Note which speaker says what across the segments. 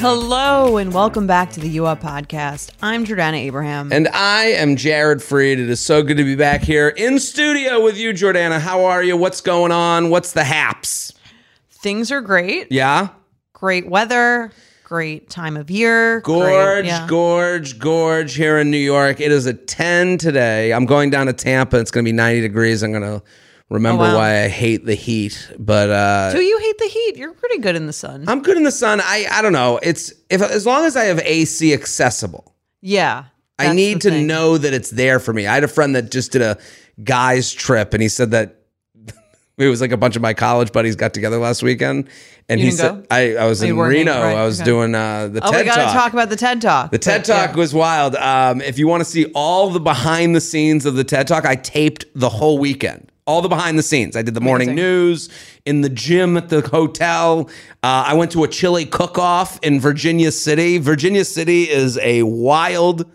Speaker 1: Hello and welcome back to the U Up podcast. I'm Jordana Abraham.
Speaker 2: And I am Jared Freed. It is so good to be back here in studio with you, Jordana. How are you? What's going on? What's the haps?
Speaker 1: Things are great.
Speaker 2: Yeah?
Speaker 1: Great weather. Great time of year.
Speaker 2: Gorge,
Speaker 1: great- yeah.
Speaker 2: gorge, gorge here in New York. It is a 10 today. I'm going down to Tampa. It's going to be 90 degrees. I'm going to remember
Speaker 1: Oh, wow.
Speaker 2: why I hate the heat. But uh,
Speaker 1: Do you hate the heat? You're pretty good in the sun.
Speaker 2: I'm good in the sun. I, I don't know. It's if as long as I have AC accessible.
Speaker 1: yeah.
Speaker 2: I
Speaker 1: that's
Speaker 2: need
Speaker 1: the
Speaker 2: to
Speaker 1: thing.
Speaker 2: know that it's there for me. I had a friend that just did a guy's trip and he said that it was like a bunch of my college buddies got together last weekend and
Speaker 1: You
Speaker 2: he
Speaker 1: didn't
Speaker 2: said
Speaker 1: go? Oh,
Speaker 2: I, I was
Speaker 1: you
Speaker 2: in
Speaker 1: weren't
Speaker 2: Reno.
Speaker 1: in- right,
Speaker 2: I was
Speaker 1: okay.
Speaker 2: doing uh, the
Speaker 1: Oh,
Speaker 2: TED
Speaker 1: we got
Speaker 2: talk.
Speaker 1: to talk about the TED Talk.
Speaker 2: the TED Talk was wild. Um, if you want to see all the behind the scenes of the TED Talk, I taped the whole weekend. All the behind the scenes. I did the morning
Speaker 1: Amazing.
Speaker 2: news in the gym at the hotel. Uh, I went to a chili cook off in Virginia City. Virginia City is a wild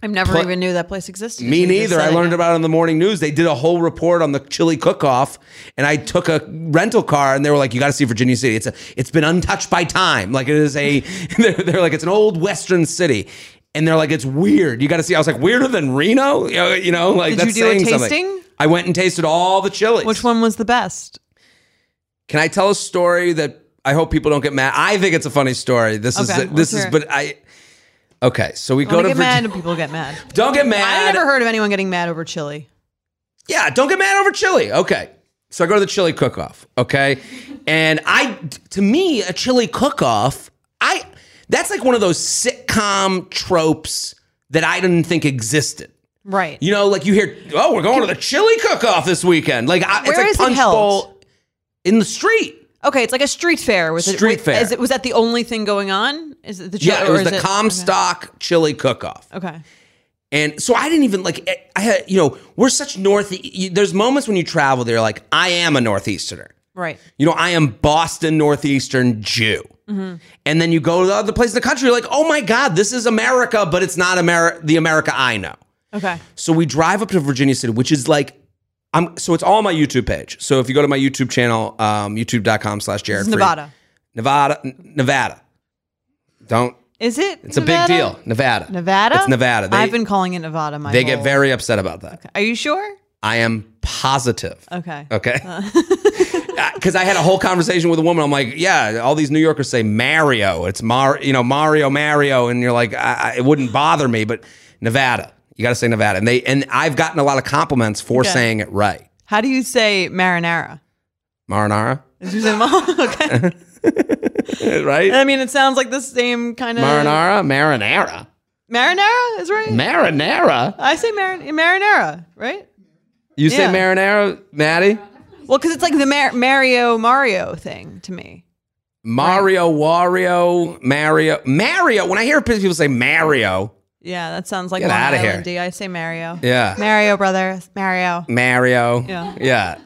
Speaker 1: I've never even knew that place existed. You
Speaker 2: me
Speaker 1: just
Speaker 2: neither.
Speaker 1: said
Speaker 2: I
Speaker 1: it.
Speaker 2: learned about it on the morning news. They did a whole report on the chili cook-off, and I took a rental car, and they were like, "You got to see Virginia City. It's a, it's been untouched by time. Like it is a, they're, they're like it's an old western city." And they're like, it's weird. You got to see. I was like, weirder than Reno, you know, you know, like
Speaker 1: Did
Speaker 2: that's
Speaker 1: you do a
Speaker 2: saying something.
Speaker 1: tasting?
Speaker 2: I went and tasted all the chilies.
Speaker 1: Which one was the best?
Speaker 2: Can I tell a story that I hope people don't get mad? I think it's a funny story. This
Speaker 1: Okay,
Speaker 2: is this
Speaker 1: let's
Speaker 2: is,
Speaker 1: hear it.
Speaker 2: but I. Okay, so we
Speaker 1: I
Speaker 2: go
Speaker 1: wanna
Speaker 2: to
Speaker 1: get mad
Speaker 2: Virginia.
Speaker 1: and people get mad.
Speaker 2: Don't get mad.
Speaker 1: I never heard of anyone getting mad over chili.
Speaker 2: Yeah, don't get mad over chili. Okay. So I go to the chili cook off, okay? And I to me, a chili cook off, I that's like one of those sitcom tropes that I didn't think existed.
Speaker 1: Right.
Speaker 2: You know, like you hear, "Oh, we're going to the chili cook off this weekend." Like I, it's
Speaker 1: Where
Speaker 2: like
Speaker 1: is it
Speaker 2: punch
Speaker 1: held?
Speaker 2: bowl in the street.
Speaker 1: okay, it's like a street fair. Was it,
Speaker 2: Street
Speaker 1: wait,
Speaker 2: fair.
Speaker 1: Is it, was that the only thing going on? Is it the chili?
Speaker 2: Yeah, it
Speaker 1: or
Speaker 2: was
Speaker 1: is
Speaker 2: the
Speaker 1: it,
Speaker 2: Comstock chili cook off.
Speaker 1: Okay. okay.
Speaker 2: And so I didn't even like. I- I had, you know, we're such north. you- There's moments when you travel, they're like, I am a northeasterner.
Speaker 1: Right.
Speaker 2: You know, I am Boston Northeastern Jew.
Speaker 1: Mm-hmm.
Speaker 2: And then you go to the other place in the country, you're like, oh my God, this is America, but it's not Ameri- the America I know.
Speaker 1: Okay.
Speaker 2: So we drive up to Virginia City, which is like, I'm, so it's all on my YouTube page. So if you go to my YouTube channel, um, youtube.com slash Jared.
Speaker 1: It's
Speaker 2: Freed.
Speaker 1: Nevada.
Speaker 2: Nevada. N- Nevada. Don't.
Speaker 1: Is it?
Speaker 2: It's a big deal. Nevada.
Speaker 1: Nevada?
Speaker 2: It's Nevada. They,
Speaker 1: I've been Oh. calling it Nevada my
Speaker 2: they
Speaker 1: whole-
Speaker 2: get very upset about that.
Speaker 1: Are you sure?
Speaker 2: I am positive.
Speaker 1: Okay.
Speaker 2: Okay.
Speaker 1: Uh.
Speaker 2: Because I had a whole conversation with a woman. I'm like, yeah, all these New Yorkers say Mario. It's Mar, you know, Mario, Mario, and you're like, I, I, it wouldn't bother me, but Nevada, you got to say Nevada, and they and I've gotten a lot of compliments for
Speaker 1: Okay.
Speaker 2: saying it right.
Speaker 1: How do you say marinara?
Speaker 2: Marinara,
Speaker 1: Is it okay.
Speaker 2: right?
Speaker 1: I mean, it sounds like the same kind of
Speaker 2: Marinara, marinara,
Speaker 1: Marinara is right.
Speaker 2: marinara.
Speaker 1: I say marin- marinara, right?
Speaker 2: You say
Speaker 1: Yeah.
Speaker 2: marinara, Maddie?
Speaker 1: Well, because it's like the Mar- Mario Mario thing to me.
Speaker 2: Mario, Wario, Mario, Mario. When I hear people say Mario,
Speaker 1: Yeah, that sounds like
Speaker 2: Get
Speaker 1: Long
Speaker 2: outta here.
Speaker 1: Island D. I say Mario.
Speaker 2: yeah,
Speaker 1: Mario brother, Mario.
Speaker 2: Mario,
Speaker 1: Yeah.
Speaker 2: yeah.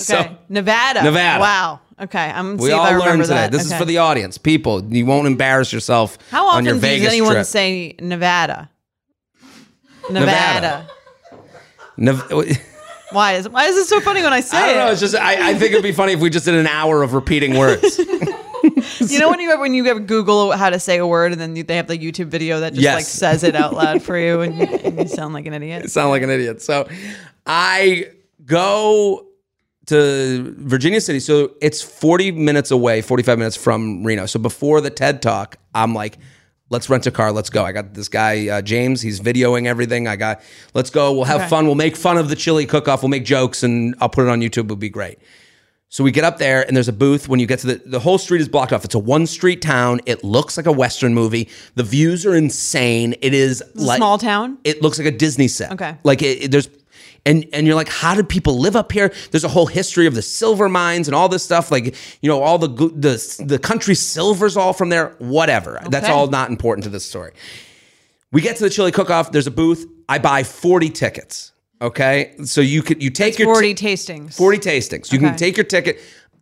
Speaker 1: Okay, Nevada.
Speaker 2: Nevada.
Speaker 1: Wow. Okay, I'm. gonna
Speaker 2: We
Speaker 1: see if I
Speaker 2: all learned
Speaker 1: remember
Speaker 2: today.
Speaker 1: That.
Speaker 2: This is
Speaker 1: Okay.
Speaker 2: for the audience, people. You won't embarrass yourself
Speaker 1: How often
Speaker 2: on your
Speaker 1: does
Speaker 2: Vegas
Speaker 1: anyone
Speaker 2: trip.
Speaker 1: say Nevada? Nevada.
Speaker 2: Nevada. Nev-
Speaker 1: Why is why is it so funny when I say
Speaker 2: I don't know.
Speaker 1: it?
Speaker 2: It's just I, I think it'd be funny if we just did an hour of repeating words.
Speaker 1: You know when you when you have Google how to say a word and then you, they have the YouTube video that just
Speaker 2: Yes.
Speaker 1: like says it out loud for you and, and you sound like an idiot.
Speaker 2: Sound like an idiot. So I go to Virginia City. So it's 40 minutes away, 45 minutes from Reno. So before the TED Talk, I'm like, let's rent a car. Let's go. I got this guy, uh, James. He's videoing everything. I got, let's go. We'll have
Speaker 1: Okay.
Speaker 2: fun. We'll make fun of the chili cook off. We'll make jokes and I'll put it on YouTube. It'll be great. So we get up there and there's a booth. When you get to the, the whole street is blocked off. It's a one street town. It looks like a Western movie. The views are insane. It is
Speaker 1: Small town.
Speaker 2: it looks like a Disney set.
Speaker 1: Okay.
Speaker 2: Like it, it- there's, and and you're like, how did people live up here? There's a whole history of the silver mines and all this stuff. Like you know, all the go- the the country's silver's all from there. Whatever. That's
Speaker 3: Okay.
Speaker 2: all not important to this story. We get to the chili cook-off. There's a booth. I buy 40 tickets. Okay, so you could you take your
Speaker 1: 40
Speaker 2: ti-
Speaker 1: tastings.
Speaker 2: 40 tastings. You can
Speaker 1: Okay.
Speaker 2: take your ticket.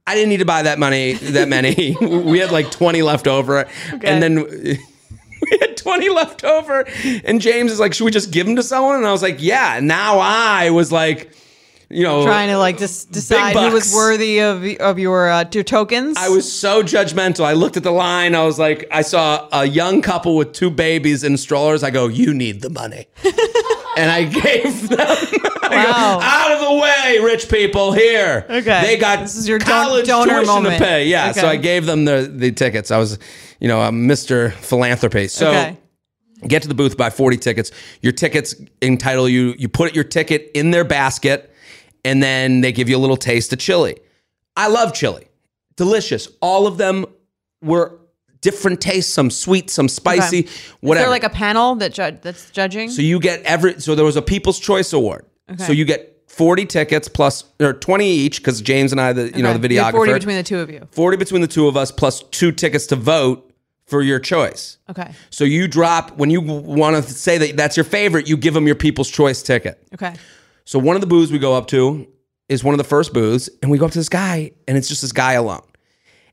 Speaker 2: I didn't need to buy that money, that many. we had like 20 left over. And then we had 20 left over. And James is like, should we just give them to someone? And I was like, yeah. Now I was like, you know,
Speaker 1: Trying to like just decide who was
Speaker 2: bucks.
Speaker 1: worthy of of your uh, your tokens.
Speaker 2: I was so judgmental. I looked at the line. I was like, I saw a young couple with two babies in strollers. I go, you need the money. and I gave them I go,
Speaker 1: Wow.
Speaker 2: out of the way, rich people here.
Speaker 1: Okay.
Speaker 2: They got
Speaker 1: This is your don-
Speaker 2: college
Speaker 1: donor
Speaker 2: tuition
Speaker 1: moment.
Speaker 2: to pay. Yeah. So
Speaker 1: Okay.
Speaker 2: I gave them the, the tickets. I was, you know, a Mr. Philanthropy. So
Speaker 1: Okay.
Speaker 2: get to the booth, buy 40 tickets. Your tickets entitle you, you put your ticket in their basket, and then they give you a little taste of chili. I love chili. Delicious. All of them were different tastes, some sweet, some spicy,
Speaker 1: Okay. Is
Speaker 2: whatever.
Speaker 1: there like a panel that judge that's judging?
Speaker 2: So you get every. So there was a People's Choice Award. So you get forty tickets plus or twenty each because James and I, the you know the
Speaker 1: You
Speaker 2: videographer,
Speaker 1: had 40 between the two of you.
Speaker 2: 40 between the two of us plus two tickets to vote for your choice.
Speaker 1: Okay.
Speaker 2: So you drop when you want to say that that's your favorite, you give them your People's Choice ticket.
Speaker 1: Okay.
Speaker 2: So one of the booths we go up to is one of the first booths, and we go up to this guy, and it's just this guy alone.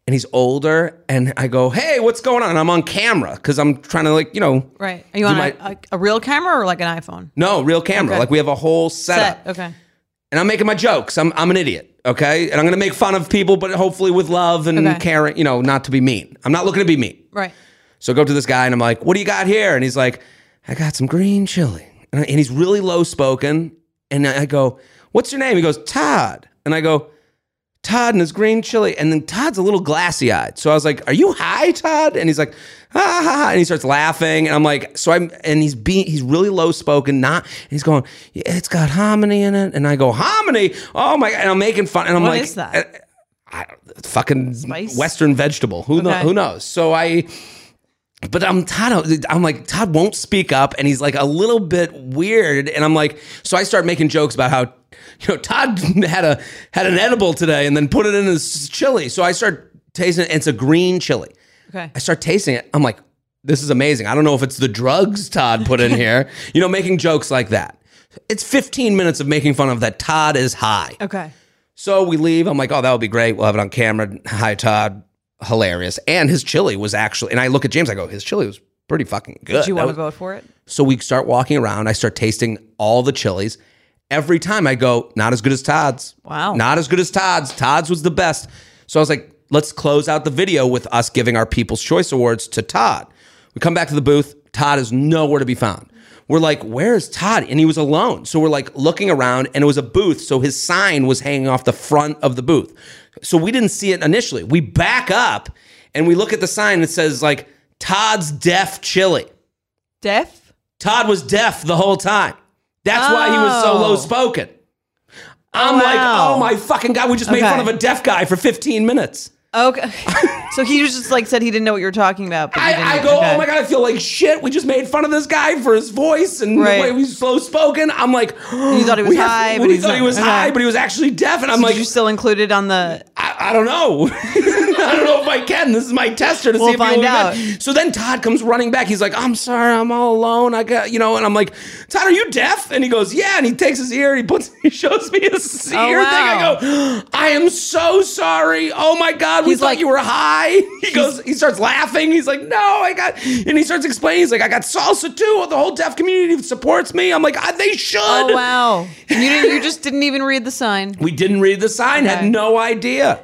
Speaker 2: And he's older, and I go, "Hey, what's going on?" And I'm on camera because I'm trying to, like, you know,
Speaker 1: Right. Are you on
Speaker 2: my-
Speaker 1: a, a, a real camera or like an iPhone?
Speaker 2: no real camera.
Speaker 1: Okay.
Speaker 2: Like we have a whole setup.
Speaker 1: Set. Okay.
Speaker 2: and I'm making my jokes. I'm I'm an idiot, okay? And I'm gonna make fun of people, but hopefully with love and
Speaker 1: Okay.
Speaker 2: caring, you know, not to be mean. I'm not looking to be mean.
Speaker 1: Right.
Speaker 2: So I go up to this guy and I'm like, "What do you got here?" And he's like, "I got some green chili." And, I- and he's really low spoken. And I I go, "What's your name?" He goes, "Todd." And I go, "Todd and his green chili." And then Todd's a little glassy eyed. So I was like, "Are you high, Todd?" And he's like, "Ha ha!" ha," And he starts laughing. And I'm like, "So I'm," and he's being, he's really low spoken. Not, and he's going, yeah, "It's got hominy in it." And I go, "Hominy? Oh my!" And I'm making fun. And I'm
Speaker 1: What
Speaker 2: like, uh,
Speaker 1: is that?
Speaker 2: I, fucking
Speaker 1: Spice?
Speaker 2: Western vegetable. Who know,
Speaker 1: Okay.
Speaker 2: who knows? So I, but I'm Todd. I'm like Todd won't speak up, and he's like a little bit weird. And I'm like, so I start making jokes about how you know Todd had a had an edible today, and then put it in his chili. So I start tasting it. And it's a green chili.
Speaker 1: Okay.
Speaker 2: I start tasting it. I'm like, this is amazing. I don't know if it's the drugs Todd put in here. You know, making jokes like that. It's 15 minutes of making fun of that Todd is high.
Speaker 1: Okay.
Speaker 2: So we leave. I'm like, oh, that would be great. We'll have it on camera. Hi, Todd. Hilarious. And his chili was actually, and I look at James, I go, his chili was pretty fucking good.
Speaker 1: Do you
Speaker 2: Uh, That
Speaker 1: want to
Speaker 2: was-
Speaker 1: vote for it?
Speaker 2: so we start walking around. I start tasting all the chilies. Every time I go, not as good as Todd's.
Speaker 1: Wow.
Speaker 2: Not as good as Todd's. Todd's was the best. So I was like, let's close out the video with us giving our People's Choice Awards to Todd. We come back to the booth. Todd is nowhere to be found. We're like, where is Todd? And he was alone. So we're like looking around, and it was a booth. So his sign was hanging off the front of the booth. So we didn't see it initially. We back up and we look at the sign that says, like, Todd's Deaf Chili.
Speaker 1: Deaf?
Speaker 2: Todd was deaf the whole time. That's why he was so
Speaker 1: Oh.
Speaker 2: low spoken. I'm like,
Speaker 1: wow.
Speaker 2: oh my fucking god, we just made
Speaker 1: Okay.
Speaker 2: fun of a deaf guy for 15 minutes.
Speaker 1: Okay. so he just like said he didn't know what you were talking about. But you didn't-
Speaker 2: I, I go,
Speaker 1: okay.
Speaker 2: oh my god, I feel like shit. We just made fun of this guy for his voice and
Speaker 1: Right.
Speaker 2: the way he's slow spoken. I'm like, you
Speaker 1: thought he was high, but
Speaker 2: we
Speaker 1: he's
Speaker 2: thought
Speaker 1: not.
Speaker 2: he was
Speaker 1: Okay.
Speaker 2: high, but he was actually deaf. And I'm
Speaker 1: Did
Speaker 2: like,
Speaker 1: you still included on the.
Speaker 2: I, I don't know. I don't know if I can. This is my tester to
Speaker 1: We'll
Speaker 2: see if
Speaker 1: find
Speaker 2: you
Speaker 1: out.
Speaker 2: So then Todd comes running back. He's like, "I'm sorry, I'm all alone. I got you know." And I'm like, "Todd, are you deaf?" And he goes, "Yeah." And he takes his ear. And he puts. He shows me his
Speaker 1: Oh,
Speaker 2: ear
Speaker 1: wow.
Speaker 2: thing. I go, "I am so sorry. Oh my god, we
Speaker 1: He's
Speaker 2: thought
Speaker 1: like-
Speaker 2: you were high." He goes. He starts laughing. He's like, "No, I got." And he starts explaining. He's like, "I got salsa too. The whole deaf community supports me." I'm like, I, "They should."
Speaker 1: Oh, wow. You, didn't, you just didn't even read the sign.
Speaker 2: We didn't read the sign.
Speaker 1: Okay.
Speaker 2: Had no idea.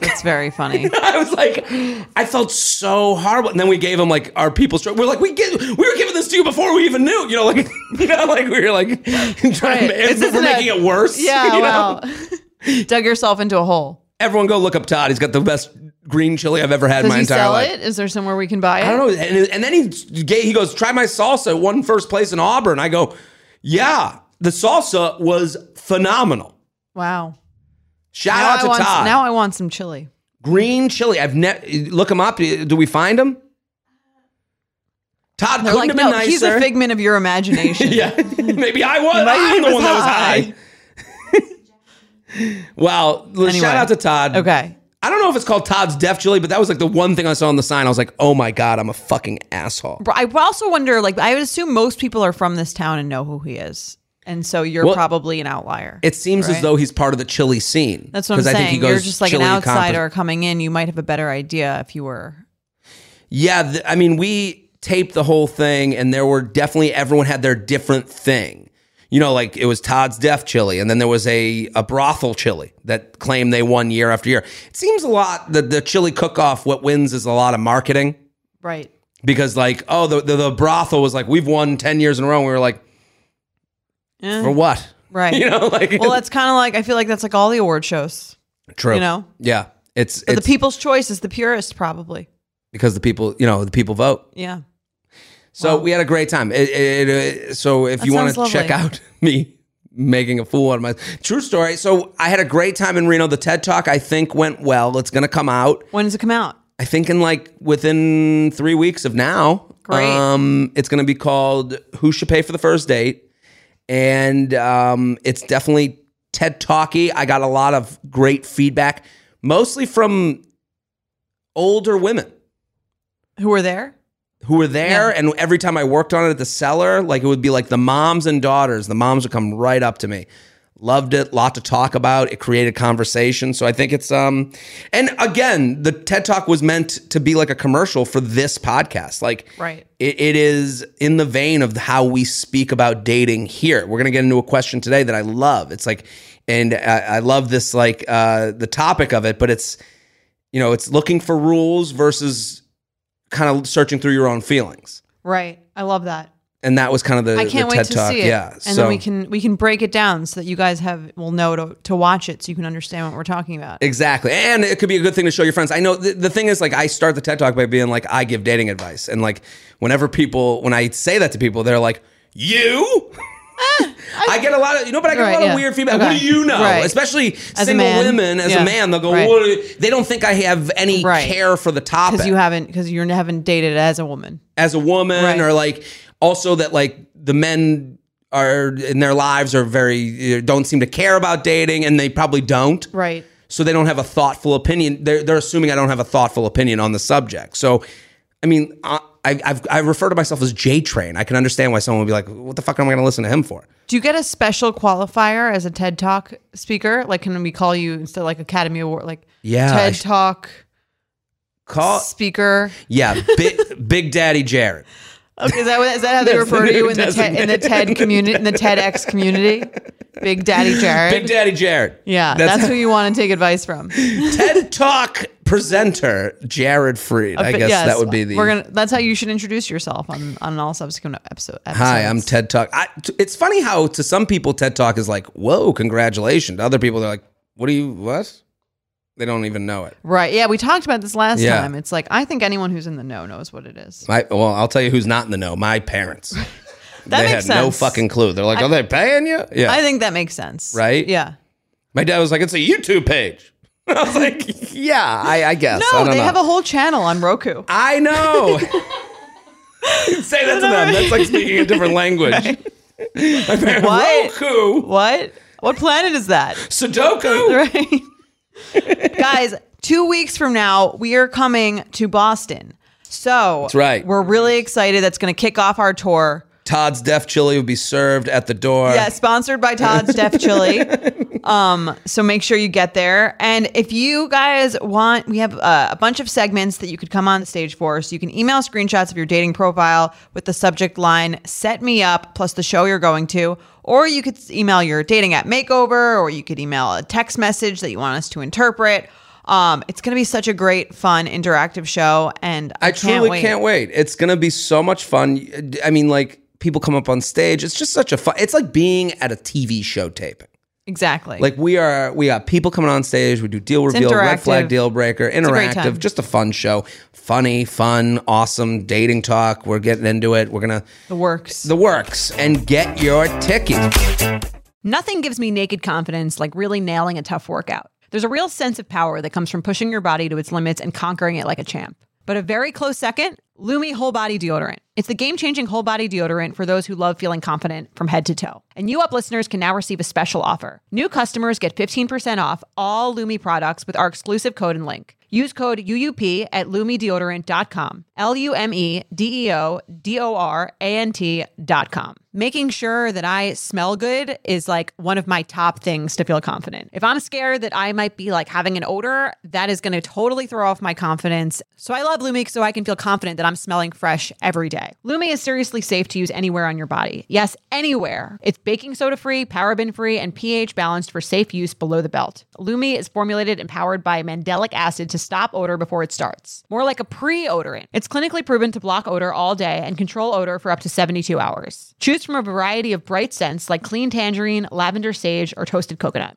Speaker 1: That's very funny.
Speaker 2: I was like, I felt so horrible. And then we gave him like our people's. We're like, we get, we were giving this to you before we even knew. You know, like, you know, like we were like trying
Speaker 1: Right. This
Speaker 2: to, we're
Speaker 1: isn't a-
Speaker 2: making it worse.
Speaker 1: Yeah,
Speaker 2: you know?
Speaker 1: wow. Dug yourself into a hole.
Speaker 2: Everyone, go look up Todd. He's got the best green chili I've ever had
Speaker 1: Does
Speaker 2: in my
Speaker 1: he
Speaker 2: entire
Speaker 1: sell
Speaker 2: life.
Speaker 1: it? Is there somewhere we can buy it?
Speaker 2: I don't know. And, and then he gave, he goes, try my salsa. It Won first place in Auburn. I go, yeah, the salsa was phenomenal.
Speaker 1: Wow.
Speaker 2: Shout
Speaker 1: Now
Speaker 2: out
Speaker 1: I,
Speaker 2: to
Speaker 1: want,
Speaker 2: Todd.
Speaker 1: now I want some chili.
Speaker 2: green chili. I've never look him up. Do we find him? Todd
Speaker 1: They're
Speaker 2: couldn't
Speaker 1: like,
Speaker 2: have been
Speaker 1: no,
Speaker 2: nicer.
Speaker 1: he's a figment of your imagination.
Speaker 2: Yeah, maybe I was. I'm
Speaker 1: he
Speaker 2: the
Speaker 1: was
Speaker 2: one that was
Speaker 1: high.
Speaker 2: high. wow.
Speaker 1: Anyway.
Speaker 2: Shout out to Todd.
Speaker 1: Okay.
Speaker 2: I don't know if it's called Todd's Def Chili, but that was like the one thing I saw on the sign. I was like, oh my God, I'm a fucking asshole.
Speaker 1: But I also wonder, like, I would assume most people are from this town and know who he is, and so you're
Speaker 2: Well,
Speaker 1: probably an outlier.
Speaker 2: It seems as
Speaker 1: Right.
Speaker 2: though he's part of the chili scene.
Speaker 1: That's what I'm
Speaker 2: 'Cause I
Speaker 1: saying.
Speaker 2: think he
Speaker 1: you're
Speaker 2: goes
Speaker 1: just like an
Speaker 2: chili compet-
Speaker 1: outsider coming in. You might have a better idea if you were.
Speaker 2: Yeah, th- I mean, we taped the whole thing, and there were definitely everyone had their different thing. You know, like it was Todd's Def Chili, and then there was a a brothel chili that claimed they won year after year. It seems a lot that the chili cook off. What wins is a lot of marketing
Speaker 1: Right.
Speaker 2: because, like, oh, the the, the brothel was like we've won ten years in a row. And we were like,
Speaker 1: Eh.
Speaker 2: for what?
Speaker 1: Right.
Speaker 2: You know, like
Speaker 1: Well, that's kind of like I feel like that's like all the award shows.
Speaker 2: true.
Speaker 1: you know?
Speaker 2: yeah, it's
Speaker 1: But
Speaker 2: it's
Speaker 1: the People's Choice is the purest, probably.
Speaker 2: because the people, you know, the people vote.
Speaker 1: Yeah.
Speaker 2: So we had a great time. It, it, it, uh, so if you want
Speaker 1: sounds
Speaker 2: to
Speaker 1: lovely.
Speaker 2: check out me making a fool out of my true story, so I had a great time in Reno. The TED Talk I think went well. It's going to come out.
Speaker 1: When does it come out?
Speaker 2: I think in like within three weeks of now.
Speaker 1: Great.
Speaker 2: Um, it's going to be called "Who Should Pay for the First Date," and um, it's definitely TED Talky. I got a lot of great feedback, mostly from older women
Speaker 1: Who were there?
Speaker 2: who were there and every time I worked on it at the cellar, like it would be like the moms and daughters, the moms would come right up to me. Loved it, lot to talk about. It created conversation. So I think it's um and again, the TED Talk was meant to be like a commercial for this podcast. Like
Speaker 1: Right.
Speaker 2: it, it is in the vein of how we speak about dating here. We're gonna get into a question today that I love. It's like and I, I love this like uh the topic of it, but it's you know, it's looking for rules versus kind of searching through your own feelings.
Speaker 1: Right. I love that.
Speaker 2: And that was kind of the,
Speaker 1: I can't
Speaker 2: the
Speaker 1: wait
Speaker 2: TED
Speaker 1: to
Speaker 2: Talk.
Speaker 1: see it.
Speaker 2: Yeah.
Speaker 1: And
Speaker 2: so
Speaker 1: then we can we can break it down so that you guys have will know to, to watch it so you can understand what we're talking about.
Speaker 2: exactly. And it could be a good thing to show your friends. I know the, the thing is like I start the TED Talk by being like, I give dating advice. And like whenever people when I say that to people, they're like, You? I, get a lot of you know, but I get
Speaker 1: Ah, Right,
Speaker 2: a lot
Speaker 1: yeah.
Speaker 2: of weird feedback.
Speaker 1: Okay.
Speaker 2: What do you know?
Speaker 1: Right.
Speaker 2: Especially
Speaker 1: a
Speaker 2: single
Speaker 1: man.
Speaker 2: women as
Speaker 1: Yeah.
Speaker 2: a man, they'll go,
Speaker 1: Right.
Speaker 2: What do you-" they don't think I have any
Speaker 1: Right.
Speaker 2: care for the topic.
Speaker 1: Because you haven't because you haven't dated as a woman.
Speaker 2: as a woman
Speaker 1: Right.
Speaker 2: or like also that like the men are in their lives are very eh, don't seem to care about dating and they probably don't
Speaker 1: Right.
Speaker 2: so they don't have a thoughtful opinion they're, they're assuming i don't have a thoughtful opinion on the subject so i mean i I- I've, I refer to myself as J Train. I can understand why someone would be like, "What the fuck am I going to listen to him for?"
Speaker 1: Do you get a special qualifier as a TED Talk speaker? Like, can we call you instead of like Academy Award, like
Speaker 2: Yeah, I
Speaker 1: TED
Speaker 2: sh- Oh,
Speaker 1: Talk
Speaker 2: Call,
Speaker 1: speaker?
Speaker 2: yeah, Big, Big Daddy Jared.
Speaker 1: Okay, is that what- is that how they
Speaker 2: That's the
Speaker 1: refer to you in
Speaker 2: new
Speaker 1: the TED, in the TED community in the TEDx community? Big Daddy Jared.
Speaker 2: Big Daddy Jared.
Speaker 1: yeah, that's, who you want to take advice from.
Speaker 2: TED Talk presenter Jared Freed. I
Speaker 1: But
Speaker 2: guess
Speaker 1: yes,
Speaker 2: that would be the
Speaker 1: We're gonna. That's how you should introduce yourself on on all subsequent episode. Episodes.
Speaker 2: Hi, I'm TED Talk. I, t- it's funny how to some people TED Talk is like, whoa, congratulations. To other people, they're like, what do you, what? They don't even know it.
Speaker 1: Right. Yeah, we talked about this last
Speaker 2: Yeah.
Speaker 1: time. It's like I think anyone who's in the know knows what it is.
Speaker 2: My, well, I'll tell you who's not in the know. My parents.
Speaker 1: That
Speaker 2: they
Speaker 1: makes
Speaker 2: had no
Speaker 1: sense.
Speaker 2: fucking clue. They're like, are they paying you? Yeah.
Speaker 1: I think that makes sense.
Speaker 2: Right?
Speaker 1: Yeah.
Speaker 2: My dad was like, it's a YouTube page. I was like, yeah, I, I guess. I
Speaker 1: No,
Speaker 2: don't
Speaker 1: they
Speaker 2: know.
Speaker 1: have a whole channel on Roku.
Speaker 2: I know. Say that to them. That's like speaking a different language. My parents,
Speaker 1: What?
Speaker 2: Roku,
Speaker 1: What? What planet is that?
Speaker 2: Sudoku.
Speaker 1: right? Guys, two weeks from now, we are coming to Boston. So that's
Speaker 2: right.
Speaker 1: We're really excited. That's going to kick off our tour.
Speaker 2: Todd's Def Chili will be served at the door.
Speaker 1: Yeah, sponsored by Todd's Def Chili. Um, so make sure you get there. And if you guys want, we have uh, a bunch of segments that you could come on stage for. So you can email screenshots of your dating profile with the subject line "Set me up" plus the show you're going to, or you could email your dating app makeover, or you could email a text message that you want us to interpret. Um, it's going to be such a great, fun, interactive show, and I,
Speaker 2: I truly
Speaker 1: can't wait.
Speaker 2: can't wait. It's gonna be so much fun. I mean, like people come up on stage. It's just such a fun. It's like being at a TV show taping.
Speaker 1: exactly.
Speaker 2: Like we are, we got people coming on stage. We do deal reveal, red
Speaker 1: interactive.
Speaker 2: flag, deal breaker,
Speaker 1: a great time.
Speaker 2: interactive. Just a fun show, funny, fun, awesome dating talk. We're getting into it. We're gonna
Speaker 1: the works.
Speaker 2: the works and get your tickets.
Speaker 3: Nothing gives me naked confidence like really nailing a tough workout. There's a real sense of power that comes from pushing your body to its limits and conquering it like a champ. But a very close second, Lumi Whole Body Deodorant. It's the game changing whole body deodorant for those who love feeling confident from head to toe. And you up listeners can now receive a special offer. New customers get 15% off all Lumi products with our exclusive code and link. Use code UUP at lumideodorant.com. L U M E D E O D O R A N T.com. Making sure that I smell good is like one of my top things to feel confident. If I'm scared that I might be like having an odor, that is going to totally throw off my confidence. So I love Lumi so I can feel confident that I'm smelling fresh every day. Lumi is seriously safe to use anywhere on your body. Yes, anywhere. It's baking soda free, paraben free, and pH balanced for safe use below the belt. Lumi is formulated and powered by mandelic acid to stop odor before it starts. More like a pre-odorant. It's clinically proven to block odor all day and control odor for up to 72 hours. Choose from a variety of bright scents like clean tangerine, lavender sage, or toasted coconut.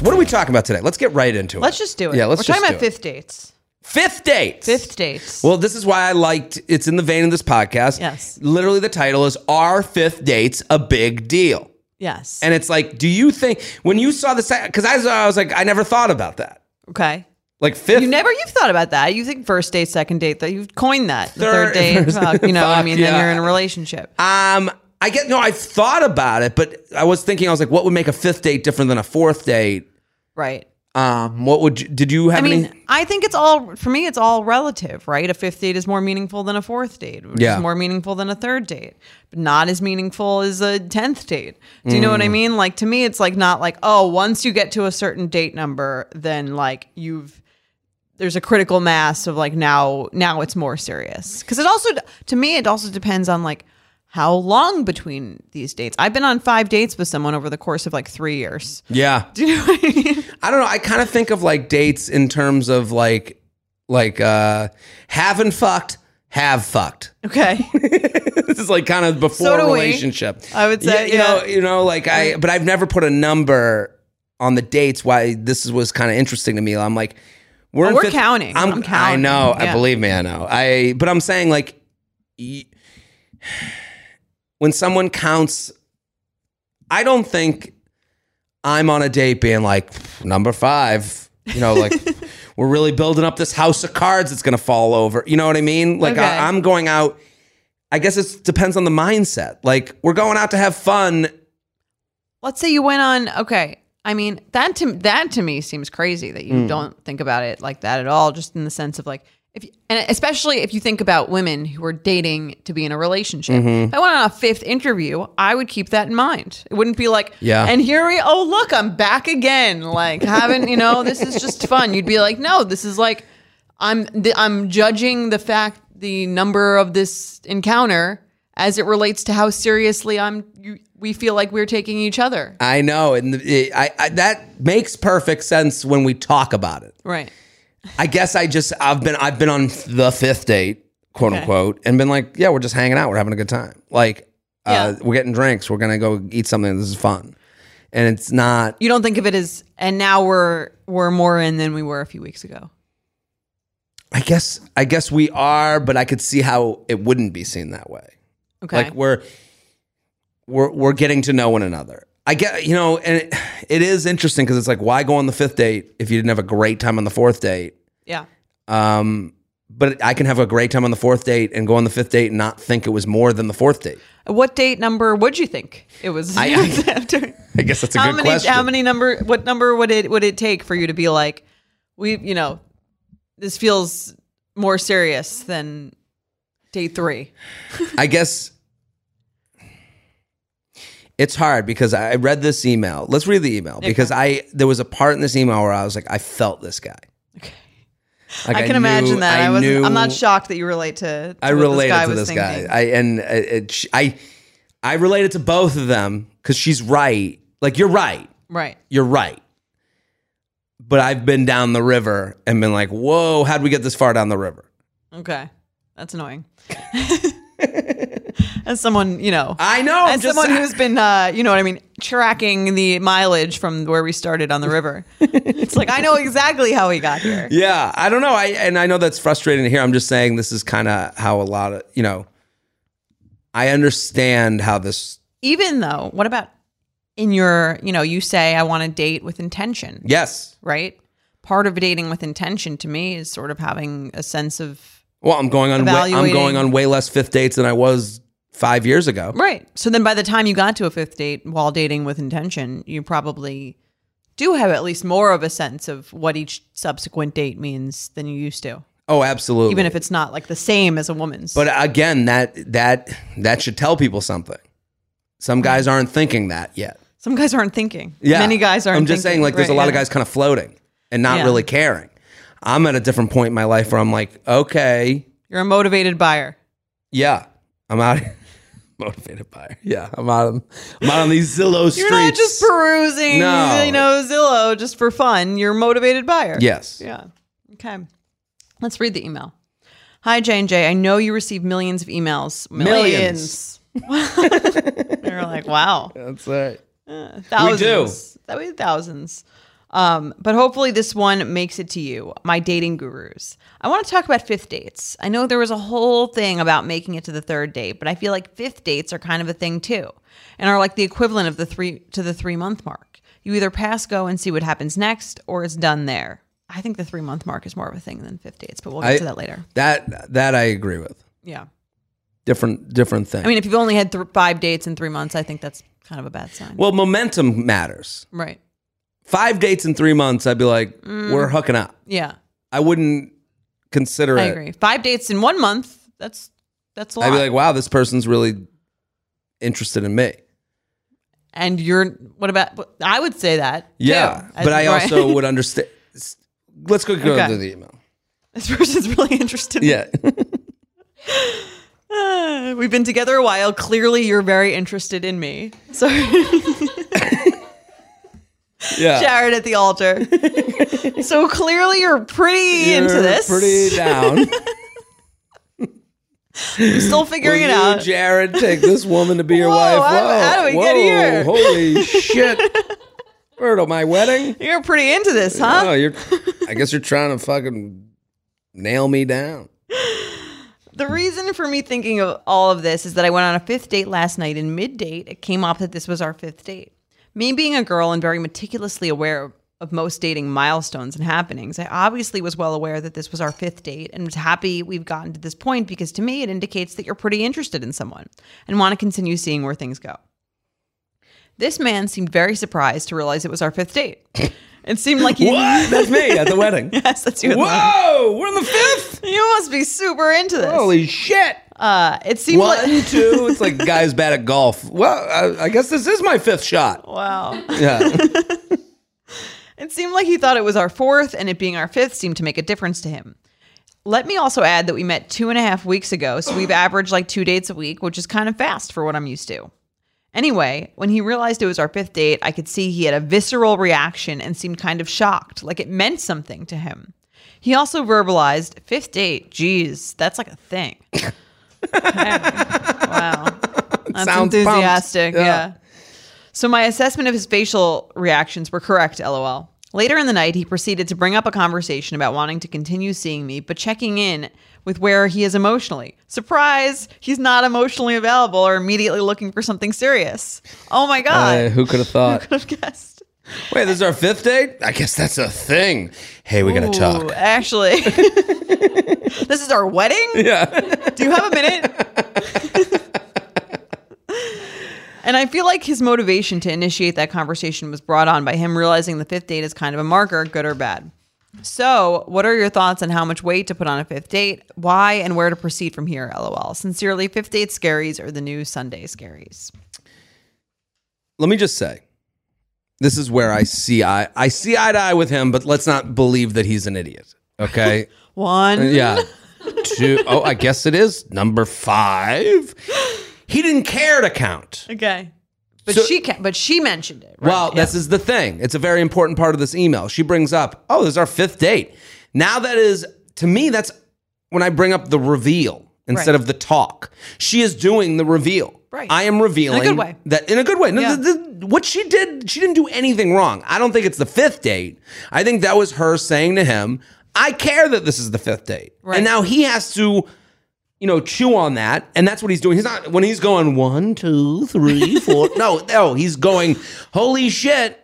Speaker 2: What are we talking about today? Let's get right into it.
Speaker 1: Let's just do it.
Speaker 2: Yeah, let's
Speaker 1: We're
Speaker 2: just
Speaker 1: talking
Speaker 2: do
Speaker 1: about
Speaker 2: it.
Speaker 1: fifth dates.
Speaker 2: Fifth date.
Speaker 1: Fifth dates.
Speaker 2: Well, this is why I liked it's in the vein of this podcast.
Speaker 1: Yes.
Speaker 2: Literally the title is Are Fifth Dates a Big Deal?
Speaker 1: yes.
Speaker 2: And it's like, do you think when you saw the cuz I saw I was like I never thought about that.
Speaker 1: okay.
Speaker 2: Like fifth
Speaker 1: You never you've thought about that. You think first date, second date, that you've coined that. The
Speaker 2: Third-
Speaker 1: Third, date,
Speaker 2: first-
Speaker 1: fuck, you know, I
Speaker 2: fuck,
Speaker 1: mean,
Speaker 2: yeah.
Speaker 1: then you're in a relationship.
Speaker 2: Um, I get no. I've thought about it, but I was thinking I was like, what would make a fifth date different than a fourth date?
Speaker 1: right.
Speaker 2: Um, what would you, did you
Speaker 1: I
Speaker 2: have
Speaker 1: mean,
Speaker 2: any?
Speaker 1: I think it's all for me. It's all relative, right? A fifth date is more meaningful than a fourth date, which
Speaker 2: Yeah.
Speaker 1: is more meaningful than a third date, but not as meaningful as a tenth date. Do you know what I mean? Like to me, it's like not like oh, once you get to a certain date number, then like you've there's a critical mass of like now now it's more serious because it also to me it also depends on like how long between these dates. I've been on five dates with someone over the course of like three years.
Speaker 2: Yeah,
Speaker 1: Do you know what I mean?
Speaker 2: I don't know. I kind of think of like dates in terms of like like uh haven't fucked, have fucked.
Speaker 1: Okay.
Speaker 2: this is like kind of before
Speaker 1: So do we.
Speaker 2: relationship.
Speaker 1: I would say,
Speaker 2: you know,
Speaker 1: yeah.
Speaker 2: you know, like I, but I've never put a number on the dates. Why this was kind of interesting to me. I'm like, we're, in
Speaker 1: Oh, we're
Speaker 2: fifth-
Speaker 1: counting.
Speaker 2: I'm,
Speaker 1: I'm counting.
Speaker 2: I know. I
Speaker 1: Yeah.
Speaker 2: believe me. I know. I, but I'm saying like, y- when someone counts, I don't think I'm on a date being like number five. You know, like we're really building up this house of cards that's going to fall over. You know what I mean? Like
Speaker 1: Okay.
Speaker 2: I, I'm going out. I guess it depends on the mindset. Like we're going out to have fun.
Speaker 1: let's say you went on okay i mean that to that to me seems crazy that you don't think about it like that at all just in the sense of like if you, and especially if you think about women who are dating to be in a relationship if i went on a fifth interview i would keep that in mind it wouldn't be like
Speaker 2: Yeah.
Speaker 1: and here we oh look i'm back again like haven't you know this is just fun you'd be like no this is like i'm th- i'm judging the fact the number of this encounter as it relates to how seriously i'm you, we feel like we're taking each other
Speaker 2: I know, and the, I, I that makes perfect sense when we talk about it.
Speaker 1: Right.
Speaker 2: I guess I just I've been I've been on the fifth date, quote unquote, and been like, yeah, we're just hanging out, we're having a good time. Like, uh, we're getting drinks, we're gonna go eat something. This is fun, and it's not.
Speaker 1: You don't think of it as and now we're we're more in than we were a few weeks ago.
Speaker 2: I guess I guess we are, but I could see how it wouldn't be seen that way.
Speaker 1: Okay.
Speaker 2: Like we're we're we're getting to know one another. I get you know, and it, it is interesting because it's like, why go on the fifth date if you didn't have a great time on the fourth date?
Speaker 1: yeah.
Speaker 2: Um, but I can have a great time on the fourth date and go on the fifth date and not think it was more than the fourth date.
Speaker 1: What date number would you think it was
Speaker 2: I- I-
Speaker 1: after?
Speaker 2: I guess that's a
Speaker 1: how
Speaker 2: good
Speaker 1: many
Speaker 2: question.
Speaker 1: how many number what number would it would it take for you to be like we you know this feels more serious than day 3.
Speaker 2: I guess it's hard because I read this email. Let's read the email because I there was a part in this email where I was like, I felt this guy. Like,
Speaker 1: I can
Speaker 2: knew-
Speaker 1: imagine that. I, wasn't I'm not
Speaker 2: knew-
Speaker 1: shocked that you relate to, to
Speaker 2: I
Speaker 1: what
Speaker 2: related
Speaker 1: guy
Speaker 2: to
Speaker 1: was
Speaker 2: this guy.
Speaker 1: thinking.
Speaker 2: I and it, I I related to both of them because she's right. Like you're right.
Speaker 1: right.
Speaker 2: you're right. But I've been down the river and been like, whoa, how'd we get this far down the river?
Speaker 1: Okay. That's annoying. As someone, you know,
Speaker 2: I know. I'm
Speaker 1: as
Speaker 2: just-
Speaker 1: someone who's been, uh, you know what I mean, tracking the mileage from where we started on the river. it's like I know exactly how we got here.
Speaker 2: Yeah, I don't know. I and I know that's frustrating to hear. I'm just saying this is kind of how a lot of you know. I understand how this.
Speaker 1: Even though, what about in your, you know, you say I want to date with intention,
Speaker 2: Yes.
Speaker 1: right? Part of dating with intention to me is sort of having a sense of
Speaker 2: Well, I'm going on. Way, I'm
Speaker 1: Evaluating.
Speaker 2: going on way less fifth dates than I was five years ago.
Speaker 1: right. So then, by the time you got to a fifth date while dating with intention, you probably do have at least more of a sense of what each subsequent date means than you used to.
Speaker 2: Oh, absolutely.
Speaker 1: even if it's not like the same as a woman's.
Speaker 2: But again, that that that should tell people something. Some guys aren't thinking that yet.
Speaker 1: some guys aren't thinking.
Speaker 2: Yeah,
Speaker 1: many guys aren't.
Speaker 2: I'm just
Speaker 1: thinking.
Speaker 2: saying, like, there's
Speaker 1: Right,
Speaker 2: a lot of
Speaker 1: yeah.
Speaker 2: guys kind of floating and not
Speaker 1: Yeah.
Speaker 2: really caring. I'm at a different point in my life where I'm like, okay,
Speaker 1: You're a motivated buyer.
Speaker 2: yeah, I'm out. Motivated by, yeah, I'm out. On, I'm out on these Zillow streets.
Speaker 1: You're not just perusing,
Speaker 2: No.
Speaker 1: you know, Zillow just for fun. You're a motivated buyer.
Speaker 2: yes.
Speaker 1: Yeah. Okay. Let's read the email. Hi J and J. I know you receive millions of emails.
Speaker 2: Millions.
Speaker 1: Millions. You're like, wow.
Speaker 2: That's right.
Speaker 1: thousands.
Speaker 2: do.
Speaker 1: That would be thousands. Um, but hopefully this one makes it to you, my dating gurus. I want to talk about fifth dates. I know there was a whole thing about making it to the third date, but I feel like fifth dates are kind of a thing too, and are like the equivalent of the three to the three month mark. You either pass go and see what happens next, or it's done there. I think the three month mark is more of a thing than fifth dates, but we'll get
Speaker 2: I-
Speaker 1: to that later.
Speaker 2: That that I agree with.
Speaker 1: Yeah,
Speaker 2: Different different thing.
Speaker 1: I mean, if you've only had th- five dates in three months, I think that's kind of a bad sign,
Speaker 2: well, momentum matters.
Speaker 1: right?
Speaker 2: Five dates in three months, I'd be like,
Speaker 1: Mm.
Speaker 2: we're hooking up.
Speaker 1: Yeah,
Speaker 2: I wouldn't consider
Speaker 1: I
Speaker 2: it.
Speaker 1: agree. Five dates in one month, that's that's a lot.
Speaker 2: I'd be like, wow, this person's really interested in me.
Speaker 1: and you're what about but I would say that.
Speaker 2: Yeah,
Speaker 1: too.
Speaker 2: but I
Speaker 1: Right.
Speaker 2: also would understand. Let's go go
Speaker 1: Okay.
Speaker 2: through the email.
Speaker 1: this person's really interested. in-
Speaker 2: Yeah,
Speaker 1: Ah, We've been together a while. Clearly you're very interested in me. So
Speaker 2: yeah.
Speaker 1: Jared at the altar. so clearly you're pretty
Speaker 2: You're
Speaker 1: into this.
Speaker 2: Pretty down.
Speaker 1: I'm still figuring
Speaker 2: Will
Speaker 1: it
Speaker 2: you,
Speaker 1: out.
Speaker 2: Jared, take this woman to be your
Speaker 1: Whoa,
Speaker 2: wife. Whoa,
Speaker 1: how- how do we
Speaker 2: whoa,
Speaker 1: get here?
Speaker 2: holy shit! Word of my wedding.
Speaker 1: you're pretty into this, huh?
Speaker 2: Oh, you're. I guess you're trying to fucking nail me down.
Speaker 1: The reason for me thinking of all of this is that I went on a fifth date last night, and mid date, it came up that this was our fifth date. Me being a girl and very meticulously aware of, of most dating milestones and happenings, I obviously was well aware that this was our fifth date and was happy we've gotten to this point because to me, it indicates that you're pretty interested in someone and want to continue seeing where things go. This man seemed very surprised to realize it was our fifth date. It seemed like he.
Speaker 2: What? That's me at the wedding.
Speaker 1: Yes, that's you.
Speaker 2: Whoa, we're in the fifth.
Speaker 1: You must be super into this.
Speaker 2: Holy shit!
Speaker 1: uh, it seemed like.
Speaker 2: One, two. It's like guys bad at golf. Well, I, I guess this is my fifth shot.
Speaker 1: Wow.
Speaker 2: Yeah.
Speaker 1: It seemed like he thought it was our fourth, and it being our fifth seemed to make a difference to him. Let me also add that we met two and a half weeks ago, so we've averaged like two dates a week, which is kind of fast for what I'm used to. Anyway, when he realized it was our fifth date, I could see he had a visceral reaction and seemed kind of shocked, like it meant something to him. He also verbalized, fifth date, geez, that's like a thing. Okay. Wow. That's
Speaker 2: Sounds pumped.
Speaker 1: enthusiastic.
Speaker 2: Yeah.
Speaker 1: yeah. So my assessment of his facial reactions were correct, lol. Later in the night, he proceeded to bring up a conversation about wanting to continue seeing me, but checking in with where he is emotionally. Surprise! He's not emotionally available or immediately looking for something serious. Oh my
Speaker 2: Uh,
Speaker 1: god!
Speaker 2: who could have thought?
Speaker 1: Could have guessed.
Speaker 2: Wait, this is our fifth date? I guess that's a thing. Hey, we gotta
Speaker 1: Ooh,
Speaker 2: talk.
Speaker 1: actually, this is our wedding.
Speaker 2: Yeah.
Speaker 1: Do you have a minute? and I feel like his motivation to initiate that conversation was brought on by him realizing the fifth date is kind of a marker, good or bad. So, what are your thoughts on how much weight to put on a fifth date? Why and where to proceed from here? LOL. Sincerely, fifth date scaries or the new Sunday scaries?
Speaker 2: Let me just say, this is where I see eye I see eye to eye with him, but let's not believe that he's an idiot. Okay.
Speaker 1: One.
Speaker 2: Uh, yeah. Two oh, I guess it is number five. He didn't care to count.
Speaker 1: Okay. But
Speaker 2: So-
Speaker 1: she can, but she mentioned it. Right?
Speaker 2: Well, this is the thing. It's a very important part of this email. She brings up, oh, this is our fifth date. Now that is, to me, that's when I bring up the reveal. instead of the talk. She is doing the reveal.
Speaker 3: Right.
Speaker 2: I am revealing
Speaker 3: way.
Speaker 2: that in a good way. No,
Speaker 3: Yeah.
Speaker 2: the- the- what she did, she didn't do anything wrong. I don't think it's the fifth date. I think that was her saying to him, "I care that this is the fifth date,"
Speaker 3: Right.
Speaker 2: and now he has to you know, chew on that, and that's what he's doing. He's not when he's going one, two, three, four. no, no, he's going. Holy shit,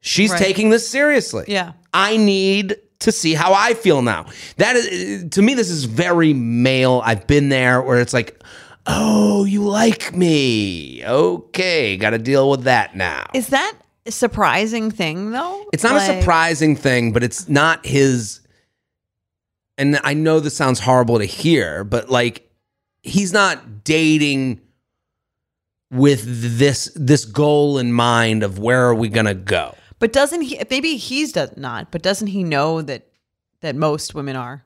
Speaker 2: she's
Speaker 3: Right.
Speaker 2: taking this seriously.
Speaker 3: Yeah.
Speaker 2: I need to see how I feel now. That is to me, this is very male. I've been there where it's like, oh, you like me? Okay, got to deal with that now.
Speaker 1: Is that a surprising thing though?
Speaker 2: It's not a
Speaker 1: Like-
Speaker 2: surprising thing, but it's not his. And I know this sounds horrible to hear, but like he's not dating with this this goal in mind of where are we gonna go.
Speaker 1: But doesn't he? Maybe he's does not. But doesn't he know that that most women are?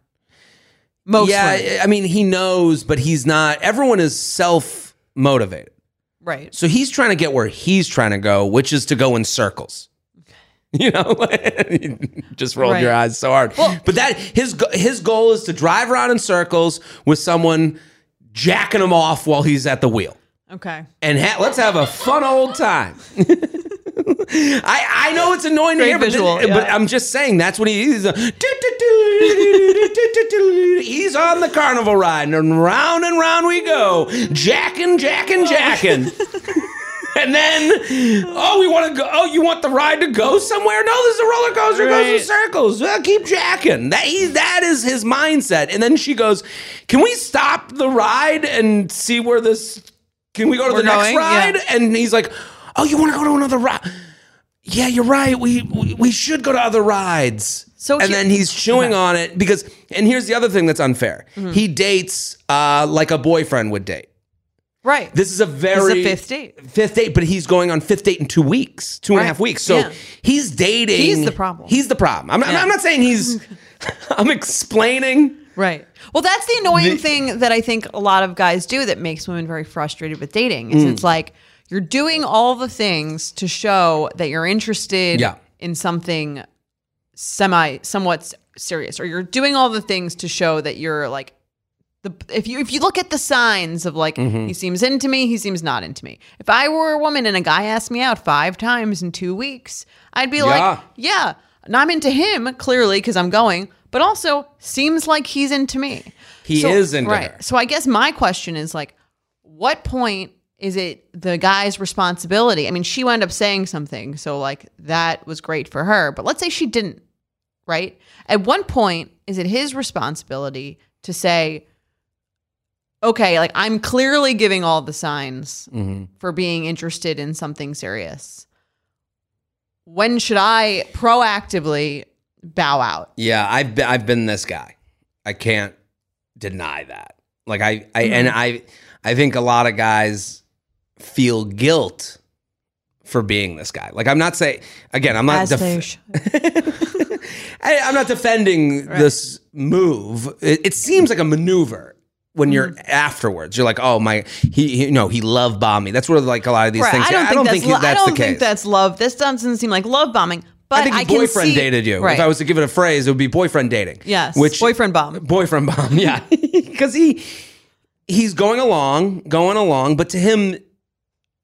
Speaker 1: Most
Speaker 2: yeah,
Speaker 1: women.
Speaker 2: I mean he knows, but he's not. Everyone is self motivated,
Speaker 1: right.
Speaker 2: so he's trying to get where he's trying to go, which is to go in circles. You know, You just rolled your
Speaker 1: Right.
Speaker 2: eyes so hard. but that his go- his goal is to drive around in circles with someone jacking him off while he's at the wheel,
Speaker 1: Okay.
Speaker 2: and ha- let's have a fun old time. I I know it's annoying to
Speaker 1: Great
Speaker 2: hear, but,
Speaker 1: visual,
Speaker 2: th- but
Speaker 1: yeah.
Speaker 2: I'm just saying that's what he is. He's on the carnival ride, and round and round we go, jacking,
Speaker 1: Oh.
Speaker 2: jacking, jacking. And then, oh, we want to go. Oh, you want the ride to go somewhere? No, this is a roller coaster. It Goes in
Speaker 1: Right.
Speaker 2: circles. Well, keep jacking. That he, that is his mindset. And then she goes, "Can we stop the ride and see where this? Can we go to
Speaker 1: We're
Speaker 2: the next
Speaker 1: going?
Speaker 2: ride?"
Speaker 1: Yeah.
Speaker 2: And he's like, "Oh, you want to go to another ride?" Yeah, you're right. We, we we should go to other rides.
Speaker 1: So
Speaker 2: and
Speaker 1: he-
Speaker 2: then he's chewing on it because. And here's the other thing that's unfair.
Speaker 1: Mm-hmm.
Speaker 2: He dates uh, like a boyfriend would date.
Speaker 1: Right.
Speaker 2: This is a very
Speaker 1: fifth date.
Speaker 2: Fifth date, but he's going on fifth date in two weeks, two and a
Speaker 1: Right.
Speaker 2: half weeks. So
Speaker 1: Yeah.
Speaker 2: he's dating.
Speaker 1: He's the problem.
Speaker 2: He's the problem. I'm not,
Speaker 1: Yeah.
Speaker 2: I'm not saying he's. I'm explaining.
Speaker 1: right. Well, that's the annoying
Speaker 2: The-
Speaker 1: thing that I think a lot of guys do that makes women very frustrated with dating. Is
Speaker 2: Mm.
Speaker 1: it's like you're doing all the things to show that you're interested
Speaker 2: Yeah.
Speaker 1: in something semi somewhat s- serious or you're doing all the things to show that you're like the if you if you look at the signs of like he seems into me, he seems not into me. If I were a woman and a guy asked me out five times in two weeks, I'd be
Speaker 2: Yeah.
Speaker 1: like, yeah, and I'm into him clearly because I'm going, but also seems like he's into me.
Speaker 2: He is into her.
Speaker 1: So I guess my question is like, what point is it the guy's responsibility? I mean, she wound up saying something, so like that was great for her. But let's say she didn't right? At one point, is it his responsibility to say, okay, like I'm clearly giving all the signs
Speaker 2: Mm-hmm.
Speaker 1: for being interested in something serious. When should I proactively bow out?
Speaker 2: Yeah, I've been, I've been this guy. I can't deny that. Like I, I
Speaker 1: Mm-hmm.
Speaker 2: and I I think a lot of guys feel guilt for being this guy. Like I'm not saying again, I'm not def- I, I'm not defending this move. It, it seems like a maneuver when you're
Speaker 1: Mm-hmm.
Speaker 2: afterwards. You're like, oh my, he, he no, he love bombed me. That's where like a lot of these
Speaker 1: Right.
Speaker 2: things.
Speaker 1: I don't think that's, lo- I
Speaker 2: the
Speaker 1: don't
Speaker 2: case.
Speaker 1: think that's love. This doesn't seem like love bombing, but
Speaker 2: I
Speaker 1: I,
Speaker 2: think
Speaker 1: can
Speaker 2: boyfriend
Speaker 1: see-
Speaker 2: dated you.
Speaker 1: Right.
Speaker 2: If I was to give it a phrase, it would be boyfriend dating.
Speaker 1: yes,
Speaker 2: which
Speaker 1: boyfriend bomb.
Speaker 2: boyfriend bomb. Yeah, because he he's going along, going along, but to him,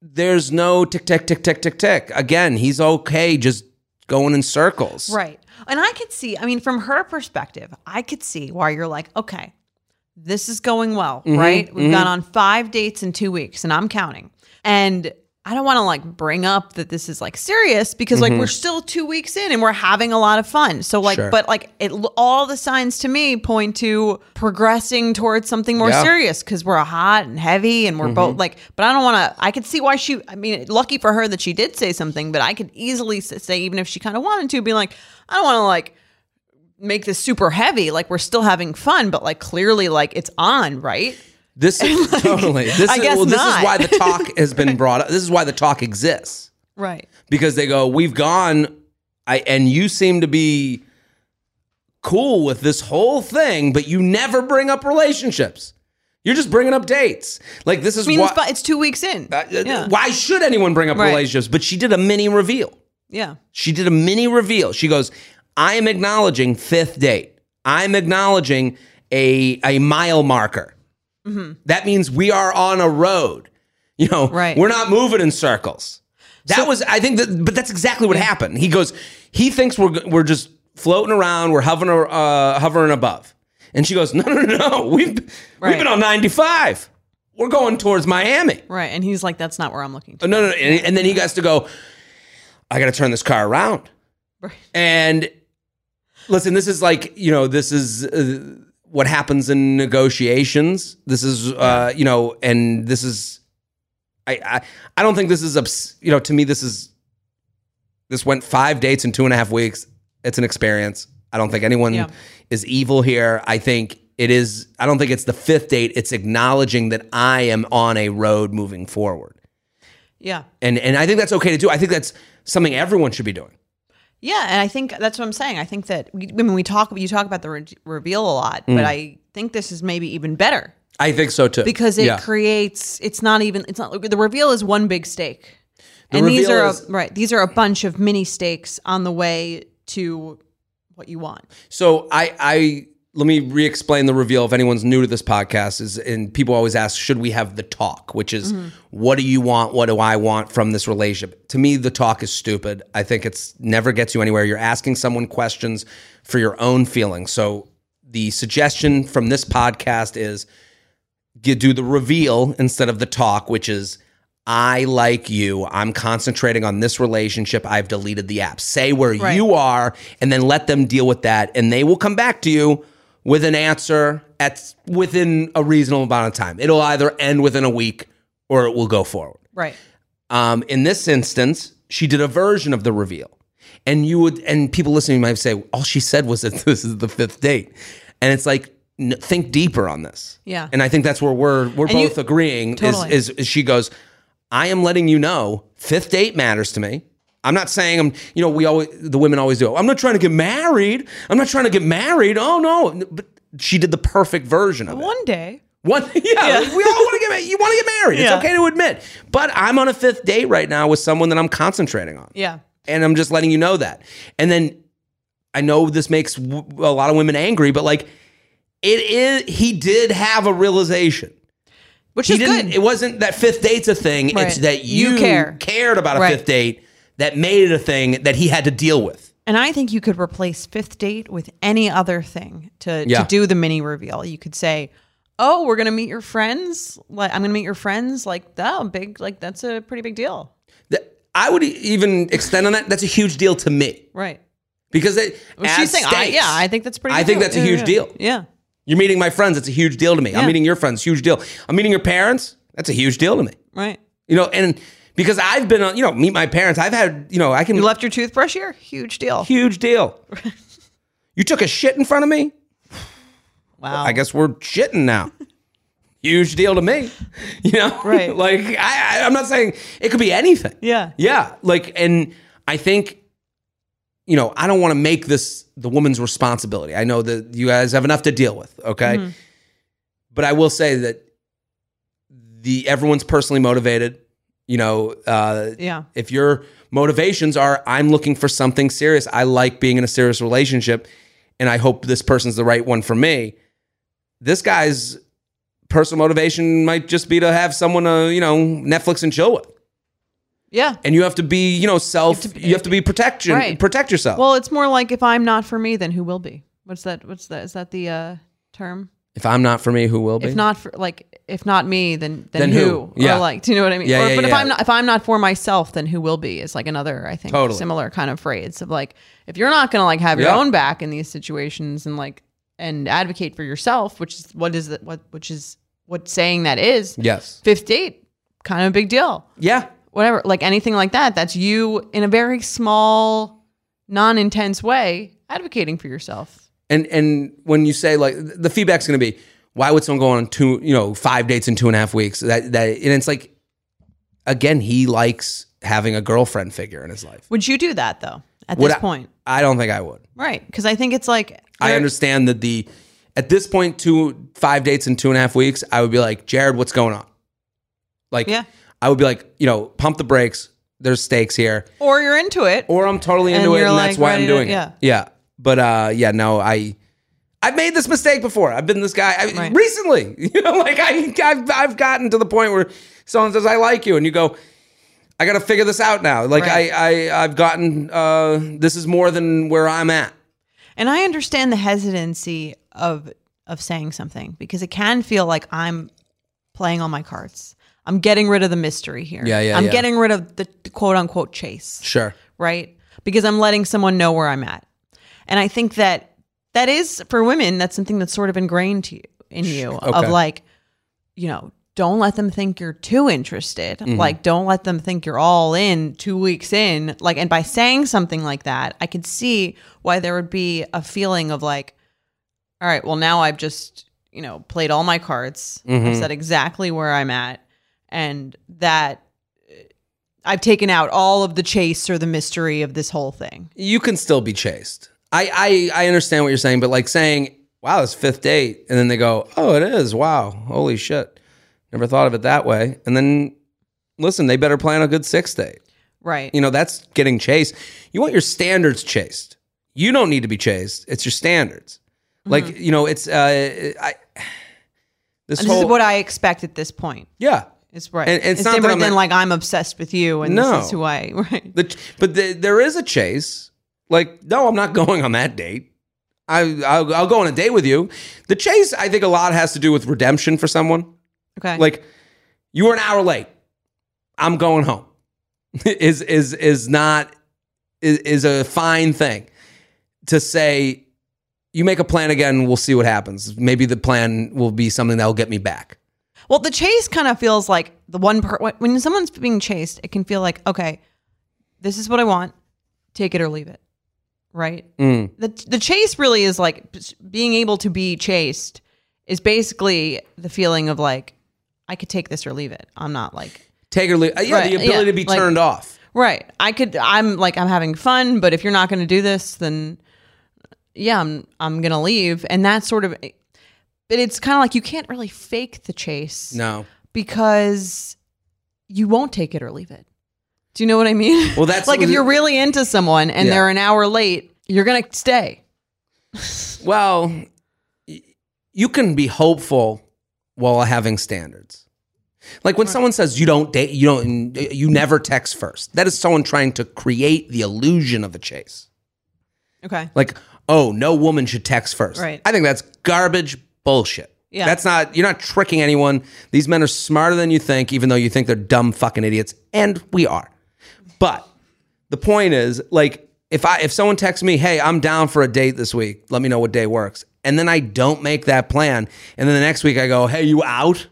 Speaker 2: there's no tick tick tick tick tick tick. Again, he's okay, just going in circles.
Speaker 1: Right. And I could see, I mean, from her perspective, I could see why you're like, okay, this is going well,
Speaker 2: Mm-hmm,
Speaker 1: right? We've gone on five dates in two weeks and I'm counting. And I don't want to like bring up that this is like serious because like we're still two weeks in and we're having a lot of fun. So like,
Speaker 2: Mm-hmm. Sure.
Speaker 1: but like it, all the signs to me point to progressing towards something more
Speaker 2: Yeah. Mm-hmm.
Speaker 1: serious because we're hot and heavy and we're both like, but I don't want to, I could see why she, I mean, lucky for her that she did say something, but I could easily s- say, even if she kind of wanted to be like, I don't want to like, make this super heavy like we're still having fun but like clearly like it's on right
Speaker 2: This is totally. This
Speaker 1: I
Speaker 2: is,
Speaker 1: guess
Speaker 2: well, this is
Speaker 1: not.
Speaker 2: why the talk has been brought up. This is why the talk exists
Speaker 1: right
Speaker 2: because they go, "We've gone, I and you seem to be cool with this whole thing, but you never bring up relationships. You're just bringing up dates. Like this is
Speaker 1: i mean
Speaker 2: why.
Speaker 1: it's, fi- it's two weeks in
Speaker 2: uh, uh,
Speaker 1: yeah.
Speaker 2: Why should anyone bring up
Speaker 1: Right.
Speaker 2: relationships? But she did a mini reveal.
Speaker 1: yeah
Speaker 2: She did a mini reveal. She goes, I am acknowledging fifth date. I'm acknowledging a, a mile marker.
Speaker 1: Mm-hmm.
Speaker 2: That means we are on a road. You know,
Speaker 1: Right.
Speaker 2: we're not moving in circles. That was, I think, that, but that's exactly what happened. He goes, he thinks we're we're just floating around, we're hovering uh, hovering above, and she goes, no, no, no, no. we've we've
Speaker 1: Right.
Speaker 2: been on ninety five. We're going towards Miami.
Speaker 1: Right. And he's like, that's not where I'm looking
Speaker 2: Oh,
Speaker 1: to.
Speaker 2: no, no, no. And, and then he has to go, I got to turn this car around.
Speaker 1: Right.
Speaker 2: And listen, this is like, you know, this is uh, what happens in negotiations. This is, uh, you know, and this is, I, I, I don't think this is, ups, you know, to me, this is, this went five dates in two and a half weeks. It's an experience. I don't think anyone
Speaker 1: Yeah.
Speaker 2: is evil here. I think it is, I don't think it's the fifth date. It's acknowledging that I am on a road moving forward
Speaker 1: Yeah.
Speaker 2: and and I think that's okay to do. I think that's something everyone should be doing.
Speaker 1: Yeah. And I think that's what I'm saying. I think that, we, I mean, we talk, you talk about the re- reveal a lot,
Speaker 2: Mm.
Speaker 1: but I think this is maybe even better
Speaker 2: I think so too
Speaker 1: because it
Speaker 2: Yeah.
Speaker 1: creates, it's not even, it's not, the reveal is one big stake. and these
Speaker 2: reveal
Speaker 1: are,
Speaker 2: is-
Speaker 1: a, right. These are a bunch of mini stakes on the way to what you want.
Speaker 2: so I I let me re-explain the reveal if anyone's new to this podcast is and people always ask should we have the talk which is
Speaker 1: Mm-hmm.
Speaker 2: what do you want what do I want from this relationship to me the talk is stupid I think it's never gets you anywhere you're asking someone questions for your own feelings so the suggestion from this podcast is you do the reveal instead of the talk, which is I like you. I'm concentrating on this relationship. I've deleted the app. Say where you are and then let them deal with that and they will come back to you with an answer at within a reasonable amount of time. It'll either end within a week or it will go forward.
Speaker 1: Right.
Speaker 2: Um, in this instance, she did a version of the reveal, and you would, and people listening might say, all she said was that this is the fifth date, and it's like, n- think deeper on this.
Speaker 1: Yeah.
Speaker 2: and I think that's where we're we're
Speaker 1: you-
Speaker 2: both agreeing.
Speaker 1: Totally.
Speaker 2: Is, is is she goes, I am letting you know, fifth date matters to me. I'm not saying I'm, you know, we always the women always do. I'm not trying to get married. I'm not trying to get married. Oh no, but she did the perfect version of it.
Speaker 1: One day.
Speaker 2: One, yeah, like, we all want to get married. You want to get married.
Speaker 1: Yeah.
Speaker 2: It's okay to admit. But I'm on a fifth date right now with someone that I'm concentrating on.
Speaker 1: Yeah.
Speaker 2: And I'm just letting you know that. And then I know this makes w- a lot of women angry, but like it is, he did have a realization.
Speaker 1: Which
Speaker 2: He
Speaker 1: is
Speaker 2: didn't,
Speaker 1: good.
Speaker 2: it wasn't that fifth date's a thing. It's
Speaker 1: Right.
Speaker 2: that you,
Speaker 1: You care.
Speaker 2: cared about a
Speaker 1: Right.
Speaker 2: fifth date that made it a thing that he had to deal with.
Speaker 1: And I think you could replace fifth date with any other thing to,
Speaker 2: Yeah.
Speaker 1: to do the mini reveal. You could say, "Oh, we're gonna meet your friends. Like I'm gonna meet your friends. Like that big. Like that's a pretty big deal,
Speaker 2: That- I would e-, even extend on that. That's a huge deal to me
Speaker 1: right?"
Speaker 2: because it
Speaker 1: She's
Speaker 2: adds
Speaker 1: saying, I,
Speaker 2: stakes.
Speaker 1: "Yeah, I think that's pretty.
Speaker 2: I
Speaker 1: big
Speaker 2: think
Speaker 1: deal.
Speaker 2: that's a
Speaker 1: Yeah,
Speaker 2: huge
Speaker 1: yeah.
Speaker 2: deal.
Speaker 1: Yeah,
Speaker 2: You're meeting my friends. It's a huge deal to me. I'm
Speaker 1: Yeah.
Speaker 2: meeting your friends. Huge deal. I'm meeting your parents. That's a huge deal to me.
Speaker 1: right.
Speaker 2: You know, and because I've been on, you know, meet my parents. I've had, you know, I can
Speaker 1: You left your toothbrush here. Huge deal.
Speaker 2: huge deal. you took a shit in front of me.
Speaker 1: Wow.
Speaker 2: I guess we're shitting now. huge deal to me. You know,
Speaker 1: Right.
Speaker 2: like I, I, I'm not saying it could be anything.
Speaker 1: Yeah.
Speaker 2: Yeah. Like, and I think, you know, I don't want to make this the woman's responsibility. I know that you guys have enough to deal with. Okay. But I will say that the everyone's personally motivated. You know, uh,
Speaker 1: Yeah.
Speaker 2: if your motivations are, I'm looking for something serious. I like being in a serious relationship, and I hope this person's the right one for me. This guy's personal motivation might just be to have someone to, you know, Netflix and chill with
Speaker 1: Yeah.
Speaker 2: and you have to be you know self you have to be, protection
Speaker 1: Right.
Speaker 2: protect yourself
Speaker 1: Well, it's more like if I'm not for me, then who will be? What's that? What's that? Is that the uh, term?
Speaker 2: if i'm not for me who will be
Speaker 1: if not for like if not me then then,
Speaker 2: Then
Speaker 1: who,
Speaker 2: who? Yeah.
Speaker 1: or like do you know what i mean
Speaker 2: Yeah,
Speaker 1: or,
Speaker 2: yeah,
Speaker 1: but if
Speaker 2: yeah.
Speaker 1: i'm not if i'm not for myself then who will be is like another i think
Speaker 2: Totally.
Speaker 1: similar kind of phrase of like if you're not gonna like have your
Speaker 2: Yeah.
Speaker 1: own back in these situations and like and advocate for yourself which is what is that what which is what saying that is
Speaker 2: yes
Speaker 1: fifth date kind of a big deal
Speaker 2: yeah
Speaker 1: whatever like anything like that that's you in a very small non-intense way advocating for yourself
Speaker 2: and and when you say like the feedback's going to be why would someone go on two you know five dates in two and a half weeks that that and it's like again he likes having a girlfriend figure in his life
Speaker 1: would you do that though at
Speaker 2: Would
Speaker 1: this
Speaker 2: I-
Speaker 1: point
Speaker 2: i don't think i would
Speaker 1: right because i think it's like
Speaker 2: i
Speaker 1: there-
Speaker 2: understand that the at this point two five dates in two and a half weeks i would be like jared what's going on like
Speaker 1: Yeah.
Speaker 2: i would be like you know pump the brakes there's stakes here
Speaker 1: or you're into it
Speaker 2: or I'm totally
Speaker 1: And
Speaker 2: into it,
Speaker 1: you're,
Speaker 2: and that's
Speaker 1: like,
Speaker 2: why I'm
Speaker 1: ready to-
Speaker 2: doing
Speaker 1: yeah.
Speaker 2: it. Yeah, but uh, yeah, no, I, I've made this mistake before. I've been this guy I,
Speaker 1: Right.
Speaker 2: recently. You know, like I, I've, I've gotten to the point where someone says, I like you. And you go, I got to figure this out now. Like
Speaker 1: Right.
Speaker 2: I, I, I've gotten, uh, this is more than where I'm at.
Speaker 1: And I understand the hesitancy of of saying something because it can feel like I'm playing all my cards. I'm getting rid of the mystery here.
Speaker 2: Yeah, yeah,
Speaker 1: I'm
Speaker 2: yeah.
Speaker 1: getting rid of the quote unquote chase,
Speaker 2: Sure.
Speaker 1: right? Because I'm letting someone know where I'm at. And I think that that is for women, that's something that's sort of ingrained to you, in you
Speaker 2: Okay.
Speaker 1: of like, you know, don't let them think you're too interested. Like, don't let them think you're all in two weeks in. Like, and by saying something like that, I could see why there would be a feeling of like, all right, well, now I've just, you know, played all my cards. I've said exactly where I'm at. And that uh, I've taken out all of the chase or the mystery of this whole thing.
Speaker 2: You can still be chased. I, I, I understand what you're saying, but like saying, wow, it's fifth date. And then they go, oh, it is. Wow. Holy shit. Never thought of it that way. And then listen, they better plan a good sixth date.
Speaker 1: Right.
Speaker 2: You know, that's getting chased. You want your standards chased. You don't need to be chased. It's your standards. Like, you know, it's uh I this
Speaker 1: Mm-hmm. and this
Speaker 2: whole
Speaker 1: is what I expect at this point.
Speaker 2: Yeah.
Speaker 1: It's right.
Speaker 2: And- and it's
Speaker 1: it's
Speaker 2: not that
Speaker 1: different
Speaker 2: I'm
Speaker 1: than
Speaker 2: a-
Speaker 1: like I'm obsessed with you and
Speaker 2: No.
Speaker 1: this is who I right.
Speaker 2: The ch- but the, there is a chase. Like, no, I'm not going on that date. I I'll, I'll go on a date with you. The chase, I think a lot has to do with redemption for someone.
Speaker 1: Okay.
Speaker 2: Like, you were an hour late. I'm going home. is is is not is, is a fine thing to say. You make a plan again. We'll see what happens. Maybe the plan will be something that will get me back.
Speaker 1: well, the chase kind of feels like the one part when someone's being chased, it can feel like okay, this is what I want, take it or leave it, right?
Speaker 2: Mm.
Speaker 1: The the chase really is like b- being able to be chased is basically the feeling of like I could take this or leave it. I'm not like
Speaker 2: Take or leave. uh, Yeah,
Speaker 1: Right,
Speaker 2: the ability
Speaker 1: yeah,
Speaker 2: to be
Speaker 1: like-
Speaker 2: turned off.
Speaker 1: Right. I could I'm like I'm having fun, but if you're not going to do this then yeah, I'm I'm going to leave and that's sort of but it's kind of like you can't really fake the chase
Speaker 2: No.
Speaker 1: because you won't take it or leave it. Do you know what I mean?
Speaker 2: Well, that's-
Speaker 1: like if you're really into someone and
Speaker 2: Yeah.
Speaker 1: they're an hour late, you're going to stay.
Speaker 2: Well, y- you can be hopeful while having standards. Like when someone says you don't date, you don't, you never text first. That is someone trying to create the illusion of a chase.
Speaker 1: Okay.
Speaker 2: Like, oh, no woman should text first.
Speaker 1: Right.
Speaker 2: I think that's garbage bullshit.
Speaker 1: Yeah.
Speaker 2: That's not you're not tricking anyone. These men are smarter than you think, even though you think they're dumb fucking idiots. And we are. But the point is, like, if I if someone texts me, hey, I'm down for a date this week, let me know what day works. And then I don't make that plan. And then the next week I go, hey, you out?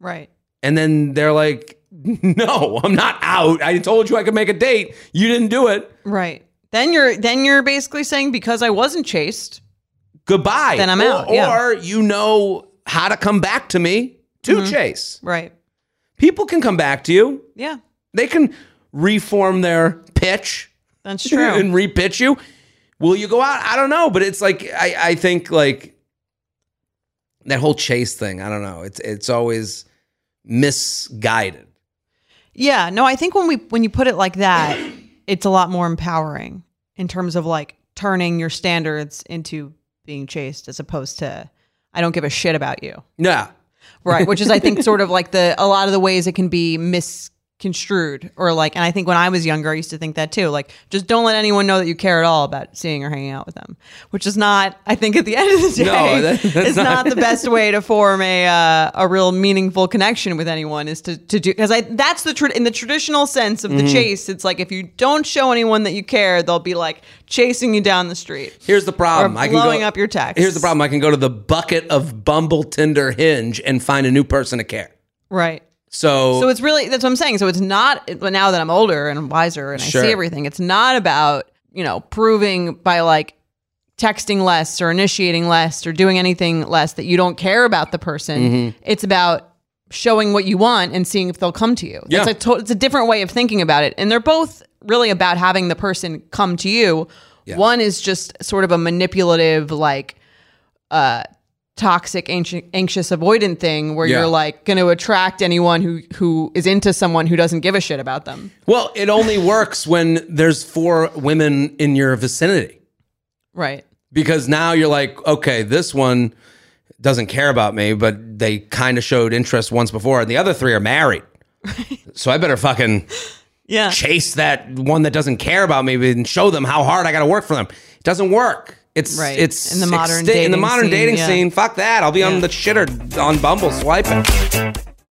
Speaker 1: Right.
Speaker 2: And then they're like, no, I'm not out. I told you I could make a date. You didn't do it.
Speaker 1: Right. Then you're then you're basically saying because I wasn't chased.
Speaker 2: goodbye.
Speaker 1: Then I'm
Speaker 2: Or-
Speaker 1: out, yeah.
Speaker 2: Or you know how to come back to me to
Speaker 1: Mm-hmm.
Speaker 2: chase.
Speaker 1: Right.
Speaker 2: People can come back to you.
Speaker 1: Yeah.
Speaker 2: They can reform their pitch
Speaker 1: That's true.
Speaker 2: and repitch you. Will you go out? I don't know, but it's like I, I think like that whole chase thing. I don't know. It's it's always misguided.
Speaker 1: Yeah, no, I think when we when you put it like that, it's a lot more empowering in terms of like turning your standards into being chased as opposed to I don't give a shit about you.
Speaker 2: Yeah.
Speaker 1: Right, which is I think sort of like the a lot of the ways it can be misconstrued or like and I think when I was younger I used to think that too. Like just don't let anyone know that you care at all about seeing or hanging out with them, which is not I think at the end of the day
Speaker 2: No, that- that's
Speaker 1: it's not, the best way to form a uh, a real meaningful connection with anyone is to to do cuz I that's the tra- in the traditional sense of the
Speaker 2: Mm-hmm.
Speaker 1: chase it's like if you don't show anyone that you care they'll be like chasing you down the street.
Speaker 2: Here's the problem.
Speaker 1: Or blowing up your text.
Speaker 2: Here's the problem. I can go to the bucket of Bumble, Tinder, Hinge, and find a new person to care.
Speaker 1: Right.
Speaker 2: So,
Speaker 1: So it's really that's what I'm saying. So it's not but now that I'm older and wiser and
Speaker 2: Sure.
Speaker 1: I see everything. It's not about you know proving by like texting less or initiating less or doing anything less that you don't care about the person.
Speaker 2: Mm-hmm.
Speaker 1: It's about showing what you want and seeing if they'll come to you.
Speaker 2: Yeah.
Speaker 1: It's a to- it's a different way of thinking about it, and they're both really about having the person come to you. One is just sort of a manipulative like toxic anxi- anxious avoidant thing where
Speaker 2: Yeah.
Speaker 1: you're like going to attract anyone who who is into someone who doesn't give a shit about them
Speaker 2: Well, it only works when there's four women in your vicinity.
Speaker 1: right
Speaker 2: because now you're like, okay, this one doesn't care about me, but they kind of showed interest once before, and the other three are married. so I better fucking
Speaker 4: Yeah.
Speaker 2: chase that one that doesn't care about me and show them how hard I got to work for them. It doesn't work. It's
Speaker 4: Right.
Speaker 2: it's
Speaker 4: In the modern
Speaker 2: extinct- in the
Speaker 4: dating
Speaker 2: modern
Speaker 4: scene,
Speaker 2: dating
Speaker 4: yeah.
Speaker 2: scene. Fuck that. I'll be on the shitter on Bumble swiping.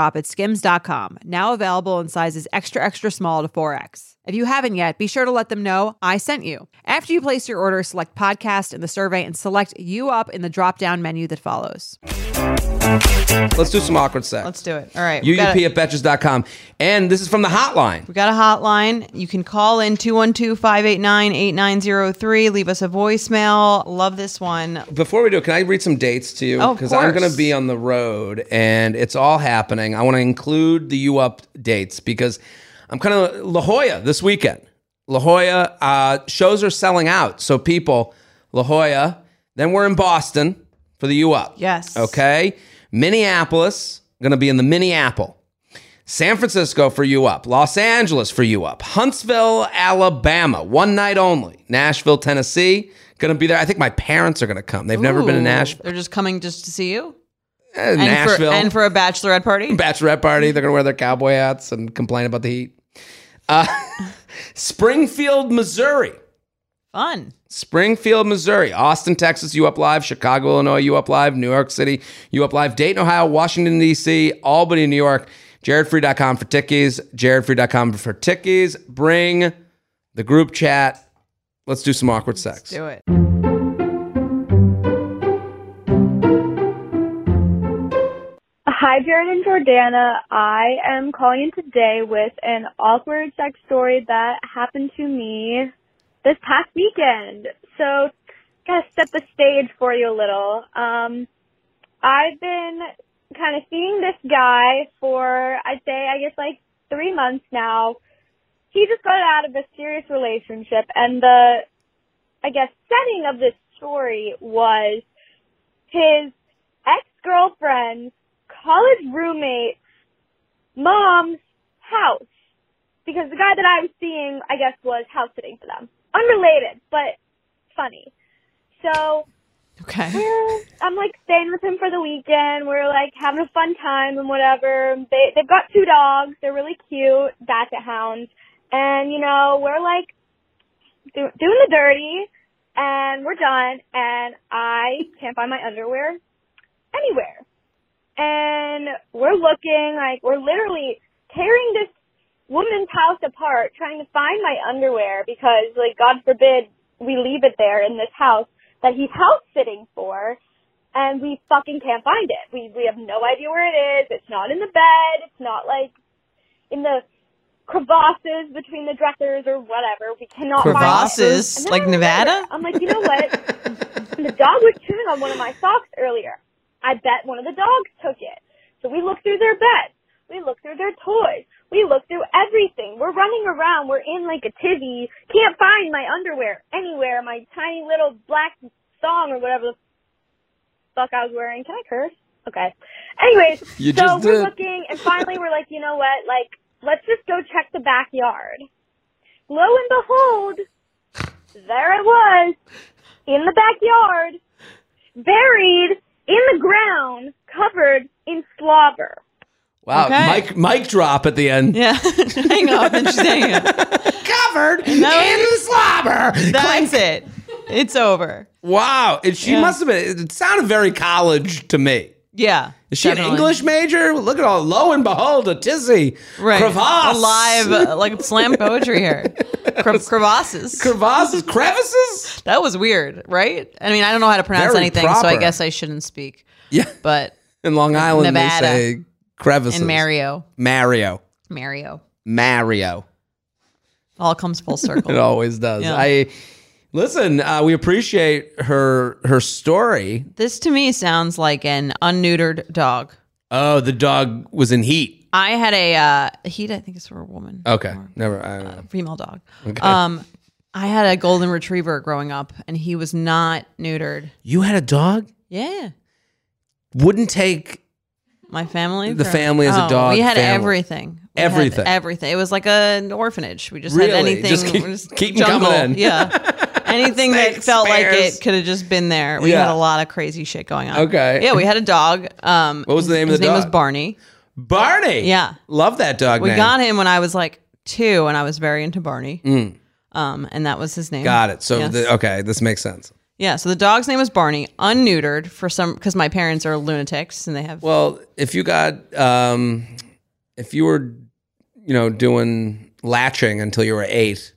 Speaker 1: at skims.com, now available in sizes extra, extra small to 4X. If you haven't yet, be sure to let them know I sent you. After you place your order, select podcast in the survey and select you up in the drop down menu that follows.
Speaker 2: Let's do some awkward sex.
Speaker 4: Let's do it. All right. we got
Speaker 2: UUP
Speaker 4: a,
Speaker 2: at betches.com. And this is from the hotline.
Speaker 4: we got a hotline. You can call in 212-589-8903. Leave us a voicemail. Love this one.
Speaker 2: Before we do, can I read some dates to you?
Speaker 4: Oh, of
Speaker 2: I'm going
Speaker 4: course.
Speaker 2: to be on the road and it's all happening. I want to include the U Up dates because I'm kind of La Jolla this weekend. La Jolla uh, shows are selling out. So, people, La Jolla, then we're in Boston for the U Up.
Speaker 4: Yes.
Speaker 2: Okay. Minneapolis, going to be in the Minneapolis. San Francisco for you up, Los Angeles for you up, Huntsville, Alabama, one night only, Nashville, Tennessee, gonna be there. I think my parents are gonna come. They've never been to
Speaker 4: Ooh,
Speaker 2: Nashville.
Speaker 4: They're just coming just to see you.
Speaker 2: Eh,
Speaker 4: And
Speaker 2: Nashville,
Speaker 4: For, and for a bachelorette party.
Speaker 2: bachelorette party. They're gonna wear their cowboy hats and complain about the heat. Uh, Springfield, Missouri.
Speaker 4: Fun.
Speaker 2: Springfield, Missouri, Austin, Texas, U Up Live, Chicago, Illinois, U Up Live, New York City, U Up Live, Dayton, Ohio, Washington, D.C., Albany, New York, jaredfree.com for tickies, jaredfree.com for tickies. Bring the group chat. Let's do some awkward sex.
Speaker 4: Do it.
Speaker 5: Hi, Jared and Jordana. I am calling in today with an awkward sex story that happened to me this past weekend. So, gotta set the stage for you a little. Um, I've been kind of seeing this guy for, I'd say, I guess like three months now. He just got out of a serious relationship and the, I guess, setting of this story was his ex-girlfriend's college roommate's mom's house because the guy that I was seeing, I guess, was house sitting for them. Unrelated, but funny. So
Speaker 4: Okay.
Speaker 5: we're, I'm like staying with him for the weekend. We're like having a fun time and whatever. They they've got two dogs. They're really cute, basset hounds, and you know we're like do, doing the dirty, and we're done. And I can't find my underwear anywhere, and we're looking like we're literally tearing this woman's house apart trying to find my underwear because like god forbid we leave it there in this house that he's house sitting for and we fucking can't find it we we have no idea where it is it's not in the bed it's not like in the crevasses between the dressers or whatever we cannot
Speaker 4: Crevasses?
Speaker 5: find it. And then
Speaker 4: Like
Speaker 5: I remember,
Speaker 4: Nevada?
Speaker 5: i'm like you know what and the dog was chewing on one of my socks earlier. I bet one of the dogs took it. So we look through their beds. We look through their toys. We look through everything. We're running around. We're in like a tizzy. Can't find my underwear anywhere. My tiny little black thong or whatever the fuck I was wearing. Can I curse? Okay. Anyways,
Speaker 2: You
Speaker 5: so
Speaker 2: just
Speaker 5: we're
Speaker 2: did.
Speaker 5: looking and finally we're like, you know what? Like, let's just go check the backyard. Lo and behold, there it was in the backyard, buried in the ground, covered in slobber.
Speaker 2: Wow,
Speaker 4: Okay.
Speaker 2: mic, mic drop at the end.
Speaker 4: Yeah. hang up and she's hanging up.
Speaker 2: Covered in
Speaker 4: that
Speaker 2: slobber.
Speaker 4: That's it. It's over.
Speaker 2: Wow. And she must have been, it sounded very college to me.
Speaker 1: Yeah.
Speaker 2: Is she
Speaker 1: definitely.
Speaker 2: an English major? Look at all, lo and behold, a tizzy.
Speaker 1: Right.
Speaker 2: Crevasse.
Speaker 1: Alive, like slam poetry here. Cre- crevasses.
Speaker 2: Crevasses? Crevices?
Speaker 1: that was weird, right? I mean, I don't know how to pronounce
Speaker 2: Very
Speaker 1: anything, so I
Speaker 2: proper.
Speaker 1: guess I shouldn't speak.
Speaker 2: Yeah.
Speaker 1: But
Speaker 2: In Long Island,
Speaker 1: Nevada.
Speaker 2: they say crevices.
Speaker 1: and Mario,
Speaker 2: Mario.
Speaker 1: Mario,
Speaker 2: Mario.
Speaker 1: all comes full circle.
Speaker 2: It always does.
Speaker 1: Yeah.
Speaker 2: I listen. Uh, we appreciate her her story.
Speaker 1: This to me sounds like an unneutered dog.
Speaker 2: Oh, the dog was in heat.
Speaker 1: I had a uh, heat. I think it's for a woman.
Speaker 2: Okay, never. I don't know.
Speaker 1: female dog. Um, I had a golden retriever growing up, and he was not neutered.
Speaker 2: You had a dog.
Speaker 1: Yeah,
Speaker 2: Wouldn't take.
Speaker 1: my family. Oh,
Speaker 2: The family is a dog
Speaker 1: We had
Speaker 2: family.
Speaker 1: everything. We had
Speaker 2: Everything.
Speaker 1: everything. It was like an orphanage. We just
Speaker 2: Really?
Speaker 1: had anything.
Speaker 2: Just keep- keep 'em
Speaker 1: jungle.
Speaker 2: coming in.
Speaker 1: Yeah. Anything that
Speaker 2: Snakes,
Speaker 1: felt like
Speaker 2: bears.
Speaker 1: it could have just been there. We
Speaker 2: Yeah.
Speaker 1: had a lot of crazy shit going on.
Speaker 2: Okay.
Speaker 1: Yeah, we had a dog. Um,
Speaker 2: What was the name of
Speaker 1: his
Speaker 2: the
Speaker 1: name
Speaker 2: dog?
Speaker 1: was Barney.
Speaker 2: Barney.
Speaker 1: Yeah.
Speaker 2: love that dog.
Speaker 1: We
Speaker 2: name.
Speaker 1: got him when I was like two, and I was very into Barney. Um, and that was his name.
Speaker 2: Mm. Got it. So
Speaker 1: Yes.
Speaker 2: the, okay, this makes sense.
Speaker 1: Yeah, so the dog's name was Barney, unneutered for some because my parents are lunatics and they have.
Speaker 2: Well, if you got, um, if you were, you know, doing latching until you were eight,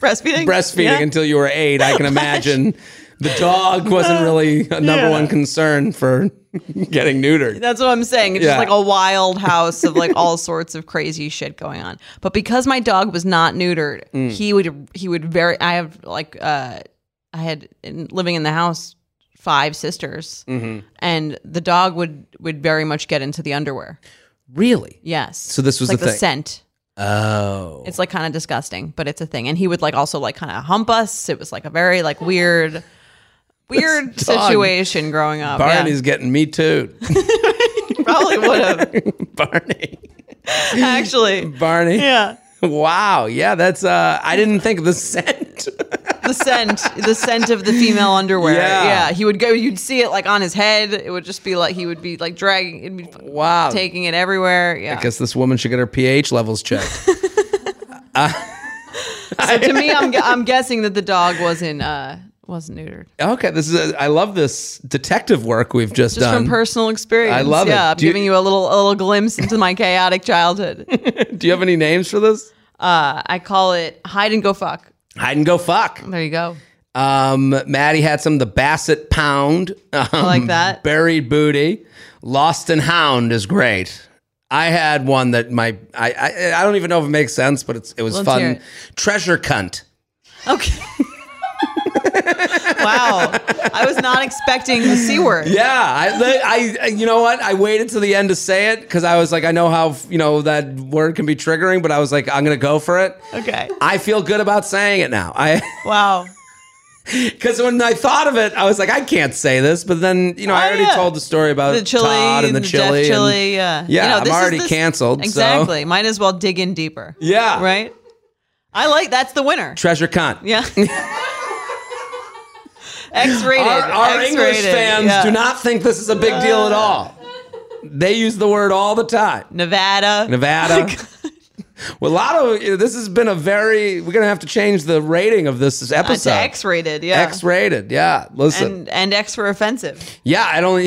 Speaker 1: breastfeeding.
Speaker 2: breastfeeding
Speaker 1: Yeah. Oh
Speaker 2: until you were eight, I can imagine the dog wasn't
Speaker 1: Uh,
Speaker 2: really a number one concern for getting neutered.
Speaker 1: That's what I'm saying. It's
Speaker 2: Yeah.
Speaker 1: just like a wild house of like all sorts of crazy shit going on. But because my dog was not neutered,
Speaker 2: Mm.
Speaker 1: he would he would very. I have like uh, I had in, living in the house five sisters,
Speaker 2: Mm-hmm.
Speaker 1: and the dog would would very much get into the underwear.
Speaker 2: Really?
Speaker 1: Yes. So
Speaker 2: this was
Speaker 1: like
Speaker 2: the thing.
Speaker 1: scent.
Speaker 2: Oh.
Speaker 1: It's like kind of disgusting, but it's a thing. And he would like also like kind of hump us. It was like a very like weird, weird
Speaker 2: This dog.
Speaker 1: situation growing up. Yeah.
Speaker 2: Barney's getting me too.
Speaker 1: probably would have
Speaker 2: Barney.
Speaker 1: actually.
Speaker 2: Barney.
Speaker 1: Yeah,
Speaker 2: Wow. Yeah, that's uh I didn't think of the scent.
Speaker 1: the scent, the scent of the female underwear.
Speaker 2: Yeah.
Speaker 1: Yeah. he would go. You'd see it like on his head. It would just be like he would be like dragging, it'd be f-
Speaker 2: Wow.
Speaker 1: taking it everywhere. Yeah.
Speaker 2: I guess this woman should get her pH levels checked.
Speaker 1: So to me, I'm gu- I'm guessing that the dog wasn't uh wasn't neutered.
Speaker 2: okay, this is I love this detective work we've just,
Speaker 1: Just
Speaker 2: done.
Speaker 1: from personal experience.
Speaker 2: I love it.
Speaker 1: Yeah, I'm
Speaker 2: Do you-
Speaker 1: giving you a little a little glimpse into my chaotic childhood.
Speaker 2: Do you have any names for this?
Speaker 1: Uh, I call it hide and go fuck.
Speaker 2: Hide and go fuck.
Speaker 1: There you go.
Speaker 2: Um, Maddie had some the Basset Pound. Um,
Speaker 1: like that.
Speaker 2: Buried Booty. Lost and Hound is great. I had one that my I I, I don't even know if it makes sense, but it's it was
Speaker 1: Let's
Speaker 2: fun.
Speaker 1: hear it.
Speaker 2: Treasure cunt.
Speaker 1: Okay. wow. I was not expecting the C word.
Speaker 2: Yeah, I, I you know what? I waited till the end to say it because I was like, I know how you know that word can be triggering, but I was like, I'm gonna go for it.
Speaker 1: Okay.
Speaker 2: I feel good about saying it now. I
Speaker 1: Wow.
Speaker 2: because when I thought of it, I was like, I can't say this. But then you know, I
Speaker 1: Oh,
Speaker 2: already
Speaker 1: yeah.
Speaker 2: told the story about
Speaker 1: The chili,
Speaker 2: Todd and the,
Speaker 1: deaf
Speaker 2: chili. and-
Speaker 1: chili, yeah.
Speaker 2: Yeah, I'm
Speaker 1: this is
Speaker 2: already
Speaker 1: this-
Speaker 2: canceled, so-
Speaker 1: Exactly. Might as well dig in deeper.
Speaker 2: yeah,
Speaker 1: Right? I like that's the winner.
Speaker 2: Treasure cunt.
Speaker 1: Yeah. X rated.
Speaker 2: Our, our English fans do not think this is a big deal at all. They use the word all the time.
Speaker 1: Nevada.
Speaker 2: Nevada. well, a lot of you know, this has been a very. We're gonna have to change the rating of this
Speaker 1: Uh,
Speaker 2: episode.
Speaker 1: to X rated. Yeah.
Speaker 2: X rated. Yeah. Listen.
Speaker 1: and and X for offensive.
Speaker 2: yeah, I don't.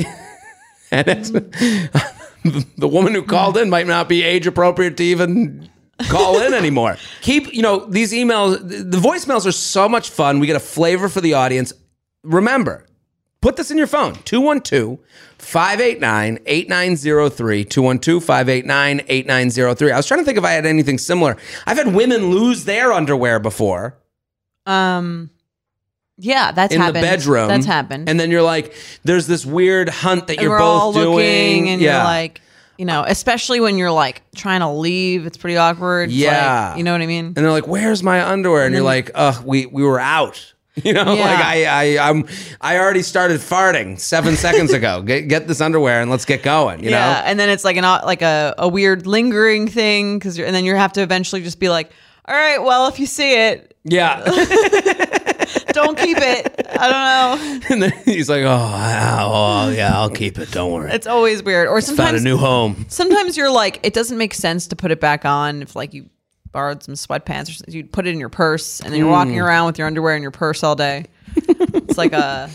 Speaker 2: and it's, the woman who called in might not be age appropriate to even call in anymore. Keep you know these emails. The voicemails are so much fun. We get a flavor for the audience. Remember. Put this in your phone, 212 589 8903. 212 589 8903. I was trying to think if I had anything similar. I've had women lose their underwear before.
Speaker 1: Um, yeah, that's
Speaker 2: in
Speaker 1: happened.
Speaker 2: the bedroom.
Speaker 1: That's happened.
Speaker 2: And then you're like, there's this weird hunt that
Speaker 1: And
Speaker 2: you're
Speaker 1: we're
Speaker 2: both
Speaker 1: all
Speaker 2: doing.
Speaker 1: looking, and
Speaker 2: yeah.
Speaker 1: you're like, you know, especially when you're like trying to leave, it's pretty awkward. It's like-
Speaker 2: Yeah.
Speaker 1: you know what I mean.
Speaker 2: and they're like, where's my underwear? And, you're like, ugh, we, we were out. You know,
Speaker 1: Yeah.
Speaker 2: like I, I, I'm, I already started farting seven seconds ago. Get, get this underwear and let's get going. You
Speaker 1: yeah,
Speaker 2: know,
Speaker 1: and then it's like an au- like a, a weird lingering thing because, and then you have to eventually just be like, all right, well, if you see it,
Speaker 2: yeah.
Speaker 1: don't keep it. I don't know.
Speaker 2: and then he's like, oh, wow, oh, yeah, I'll keep it. Don't worry.
Speaker 1: It's always weird. Or
Speaker 2: Found a
Speaker 1: sometimes
Speaker 2: new home.
Speaker 1: sometimes you're like, it doesn't make sense to put it back on if like you
Speaker 2: Hmm.
Speaker 1: borrowed some sweatpants or something. you put it in your purse and then you're walking around with your underwear in your purse all day.
Speaker 6: It's like a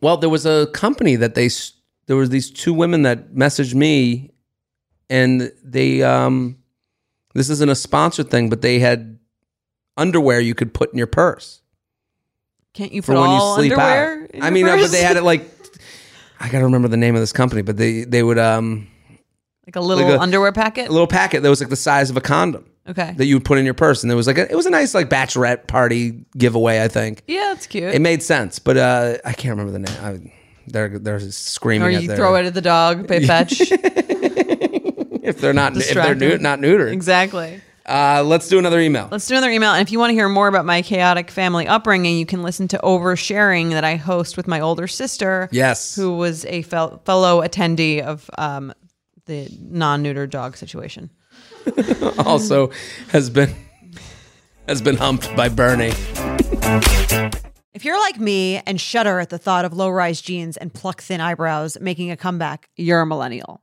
Speaker 2: Well, there was a company that they s- there was these two women that messaged me, and they um, this isn't a sponsored thing, but they had underwear you could put in your purse
Speaker 6: can't you
Speaker 2: for
Speaker 6: put
Speaker 2: when
Speaker 6: all
Speaker 2: you sleep
Speaker 6: underwear?
Speaker 2: out. I mean, uh,
Speaker 6: I
Speaker 2: but they had it like I gotta remember the name of this company, but they they would um
Speaker 6: like a little
Speaker 2: like a-
Speaker 6: underwear packet.
Speaker 2: a little packet that was like the size of a condom
Speaker 6: okay.
Speaker 2: that you would put in your purse, and there was like a, it was a nice like bachelorette party giveaway, I think.
Speaker 6: yeah, that's cute.
Speaker 2: It made sense, but uh, I can't remember the name. I, they're they're screaming.
Speaker 6: or
Speaker 2: at
Speaker 6: you
Speaker 2: their-
Speaker 6: throw it at the dog, pay fetch.
Speaker 2: if they're not if they're
Speaker 6: Distracted.
Speaker 2: new, not neutered.
Speaker 6: exactly.
Speaker 2: Uh, let's do another email.
Speaker 6: Let's do another email. And if you want to hear more about my chaotic family upbringing, you can listen to Oversharing that I host with my older sister,
Speaker 2: yes.
Speaker 6: who was a fel- fellow attendee of um, the non neutered dog situation.
Speaker 2: also has been has been humped by Bernie.
Speaker 1: If you're like me and shudder at the thought of low rise jeans and pluck thin eyebrows making a comeback, you're a millennial.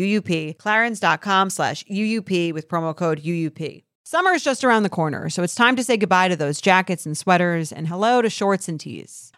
Speaker 1: UUP, clarins.com slash UUP with promo code UUP. Summer is just around the corner, so it's time to say goodbye to those jackets and sweaters and hello to shorts and tees.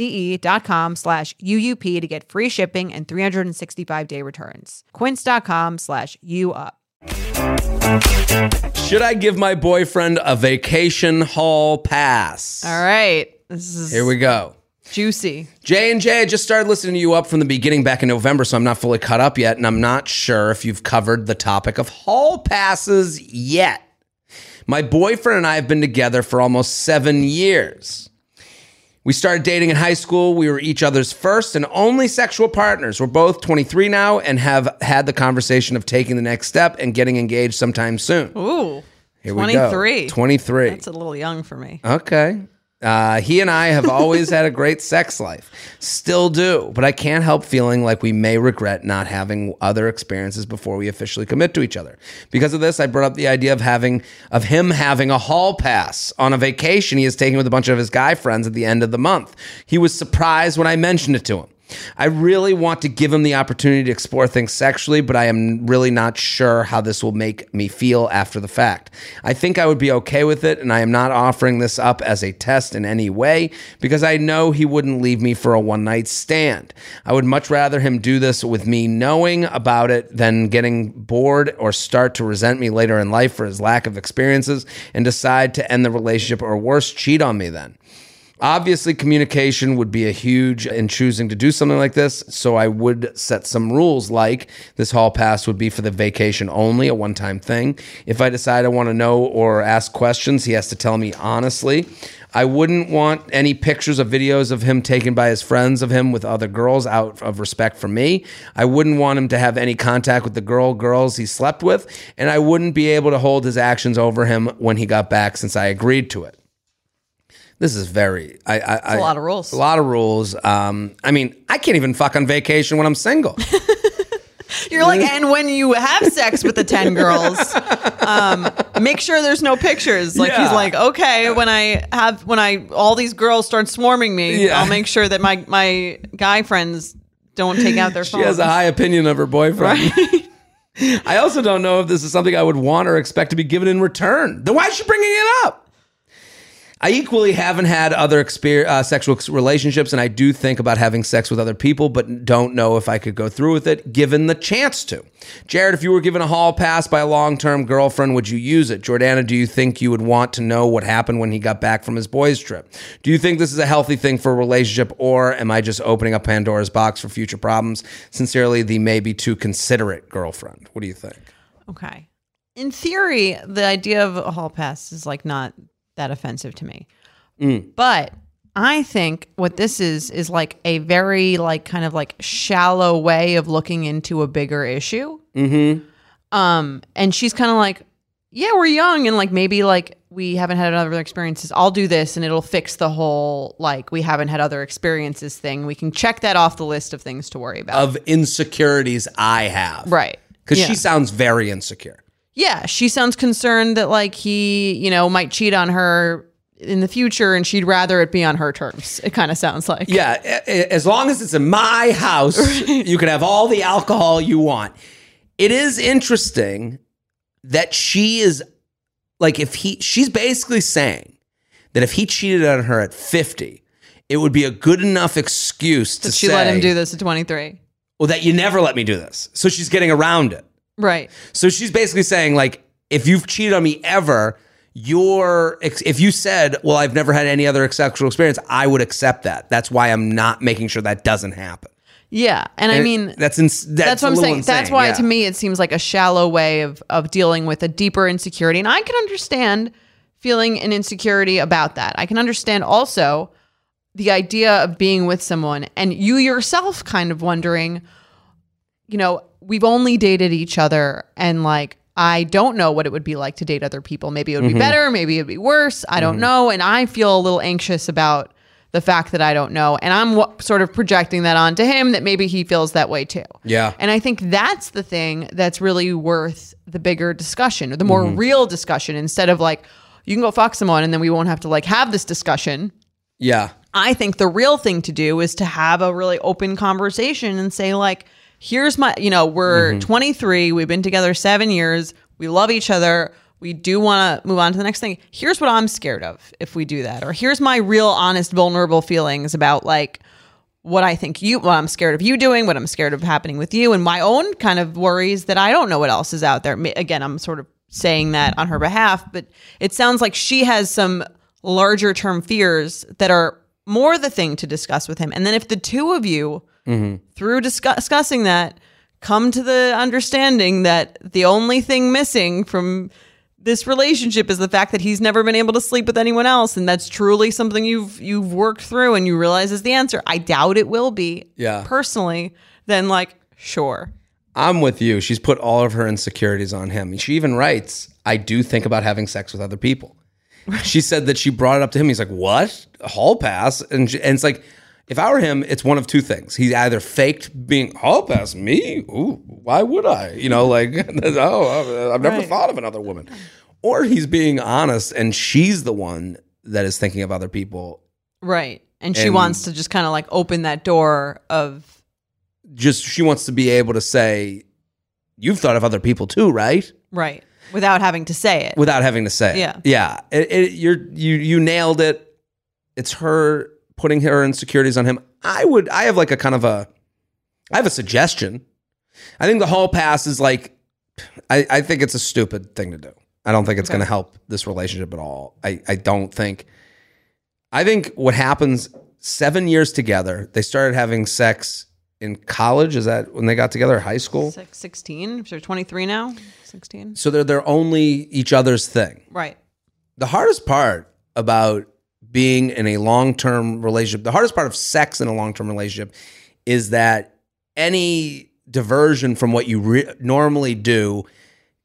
Speaker 1: E dot com slash UUP to get free shipping and 365 day returns. Quince.com slash UUP.
Speaker 2: Should I give my boyfriend a vacation hall pass?
Speaker 6: All right. This is
Speaker 2: Here we go.
Speaker 6: juicy.
Speaker 2: J and J, I just started listening to you up from the beginning back in November, so I'm not fully caught up yet, and I'm not sure if you've covered the topic of hall passes yet. My boyfriend and I have been together for almost seven years. We started dating in high school. We were each other's first and only sexual partners. We're both 23 now and have had the conversation of taking the next step and getting engaged sometime soon.
Speaker 6: Ooh.
Speaker 2: Here we go.
Speaker 6: 23.
Speaker 2: 23.
Speaker 6: That's a little young for me.
Speaker 2: Okay. Uh, he and I have always had a great sex life, still do, but I can't help feeling like we may regret not having other experiences before we officially commit to each other. Because of this, I brought up the idea of having of him having a hall pass on a vacation he is taking with a bunch of his guy friends at the end of the month. He was surprised when I mentioned it to him. I really want to give him the opportunity to explore things sexually, but I am really not sure how this will make me feel after the fact. I think I would be okay with it, and I am not offering this up as a test in any way because I know he wouldn't leave me for a one night stand. I would much rather him do this with me knowing about it than getting bored or start to resent me later in life for his lack of experiences and decide to end the relationship or worse, cheat on me then. Obviously, communication would be a huge in choosing to do something like this. So I would set some rules like this hall pass would be for the vacation only, a one time thing. If I decide I want to know or ask questions, he has to tell me honestly. I wouldn't want any pictures or videos of him taken by his friends of him with other girls out of respect for me. I wouldn't want him to have any contact with the girl girls he slept with, and I wouldn't be able to hold his actions over him when he got back since I agreed to it. This is very I, I, I
Speaker 1: a lot of rules.
Speaker 2: A lot of rules. Um, I mean, I can't even fuck on vacation when I'm single.
Speaker 1: You're like, and when you have sex with the 10 girls, um, make sure there's no pictures. Like, he's
Speaker 2: Yeah.
Speaker 1: like, okay, when I have, when I, all these girls start swarming me,
Speaker 2: Yeah.
Speaker 1: I'll make sure that my, my guy friends don't take out their
Speaker 2: She
Speaker 1: phones.
Speaker 2: has a high opinion of her boyfriend. I also don't know if this is something I would want or expect to be given in return. Then why is she bringing it up? I equally haven't had other exper- uh, sexual ex- relationships, and I do think about having sex with other people, but don't know if I could go through with it given the chance to. Jared, if you were given a hall pass by a long term girlfriend, would you use it? Jordana, do you think you would want to know what happened when he got back from his boys' trip? Do you think this is a healthy thing for a relationship, or am I just opening up Pandora's box for future problems? Sincerely, the maybe too considerate girlfriend. What do you think?
Speaker 1: Okay. In theory, the idea of a hall pass is like not that offensive to me. But I think what this is is like a very like kind of like shallow way of looking into a bigger issue.
Speaker 2: Mm hmm.
Speaker 1: Um, and she's kind of like, yeah, we're young and like maybe like we haven't had other experiences. I'll do this and it'll fix the whole like we haven't had other experiences thing. We can check that off the list of things to worry about.
Speaker 2: Of insecurities I have.
Speaker 1: right.
Speaker 2: Because
Speaker 1: Yeah.
Speaker 2: she sounds very insecure.
Speaker 1: Yeah, she sounds concerned that like he, you know, might cheat on her in the future and she'd rather it be on her terms. It kind of sounds like.
Speaker 2: Yeah, a- a- as long as it's in my house, you can have all the alcohol you want. It is interesting that she is like if he she's basically saying that if he cheated on her at 50, it would be a good enough excuse to
Speaker 1: That she
Speaker 2: say
Speaker 1: let him do this at 23.
Speaker 2: well that you never let me do this. So she's getting around it.
Speaker 1: Right.
Speaker 2: So she's basically saying like, if you've cheated on me ever, your if you said, well, I've never had any other sexual experience, I would accept that. That's why I'm not making sure that doesn't happen.
Speaker 1: Yeah. And, I
Speaker 2: And
Speaker 1: mean,
Speaker 2: that's ins-
Speaker 1: that's,
Speaker 2: that's,
Speaker 1: what
Speaker 2: a
Speaker 1: I'm
Speaker 2: little
Speaker 1: saying.
Speaker 2: insane,
Speaker 1: That's why
Speaker 2: yeah.
Speaker 1: to me it seems like a shallow way of of dealing with a deeper insecurity. And I can understand feeling an insecurity about that. I can understand also the idea of being with someone and you yourself kind of wondering, you know, we've only dated each other and like I don't know what it would be like to date other people. Maybe it
Speaker 2: Mm-hmm.
Speaker 1: would be better, maybe it would be worse. I don't know. And I feel a little anxious about the fact that I don't know. And I'm w- sort of projecting that onto him that maybe he feels that way too.
Speaker 2: Yeah.
Speaker 1: And I think that's the thing that's really worth the bigger discussion or the more real discussion instead of like, you can go fuck someone and then we won't have to like have this discussion.
Speaker 2: yeah.
Speaker 1: I think the real thing to do is to have a really open conversation and say, like, here's my, you know, we're 23, we've been together seven years, we love each other, we do want to move on to the next thing. Here's what I'm scared of if we do that, or here's my real, honest, vulnerable feelings about like what I think you, what I'm scared of you doing, what I'm scared of happening with you, and my own kind of worries that I don't know what else is out there. Ma- Again, I'm sort of saying that on her behalf, but it sounds like she has some larger term fears that are more the thing to discuss with him. And then if the two of you, through discuss- discussing that, come to the understanding that the only thing missing from this relationship is the fact that he's never been able to sleep with anyone else and that's truly something you've you've worked through and you realize is the answer i doubt it will be
Speaker 2: Yeah.
Speaker 1: personally then like sure
Speaker 2: I'm with you. She's put all of her insecurities on him. She even writes, I do think about having sex with other people. She said that she brought it up to him. He's like, What? Hall pass? And, she, and it's like, if I were him, it's one of two things. He either faked being hall pass me. Ooh, why would I? You know, like, oh, I've never
Speaker 1: Right.
Speaker 2: thought of another woman. Or he's being honest and she's the one that is thinking of other people.
Speaker 1: right and she
Speaker 2: And-
Speaker 1: wants to just kind of like open that door of
Speaker 2: Just she wants to be able to say, You've thought of other people too, right?
Speaker 1: right without having to say it
Speaker 2: without having to say it.
Speaker 1: Yeah.
Speaker 2: yeah It- it- you're you you nailed it it's her putting her insecurities on him i would i have like a kind of a i have a suggestion i think the hall pass is like i, I think it's a stupid thing to do i don't think it's
Speaker 1: Okay.
Speaker 2: going to help this relationship at all i i don't think I think what happens seven years together, they started having sex in college. Is that when they got together? High school?
Speaker 1: It's like 16. So 23 now? 16.
Speaker 2: So they're they're only each other's thing.
Speaker 1: Right.
Speaker 2: The hardest part about being in a long term relationship, the hardest part of sex in a long term relationship is that any diversion from what you re- normally do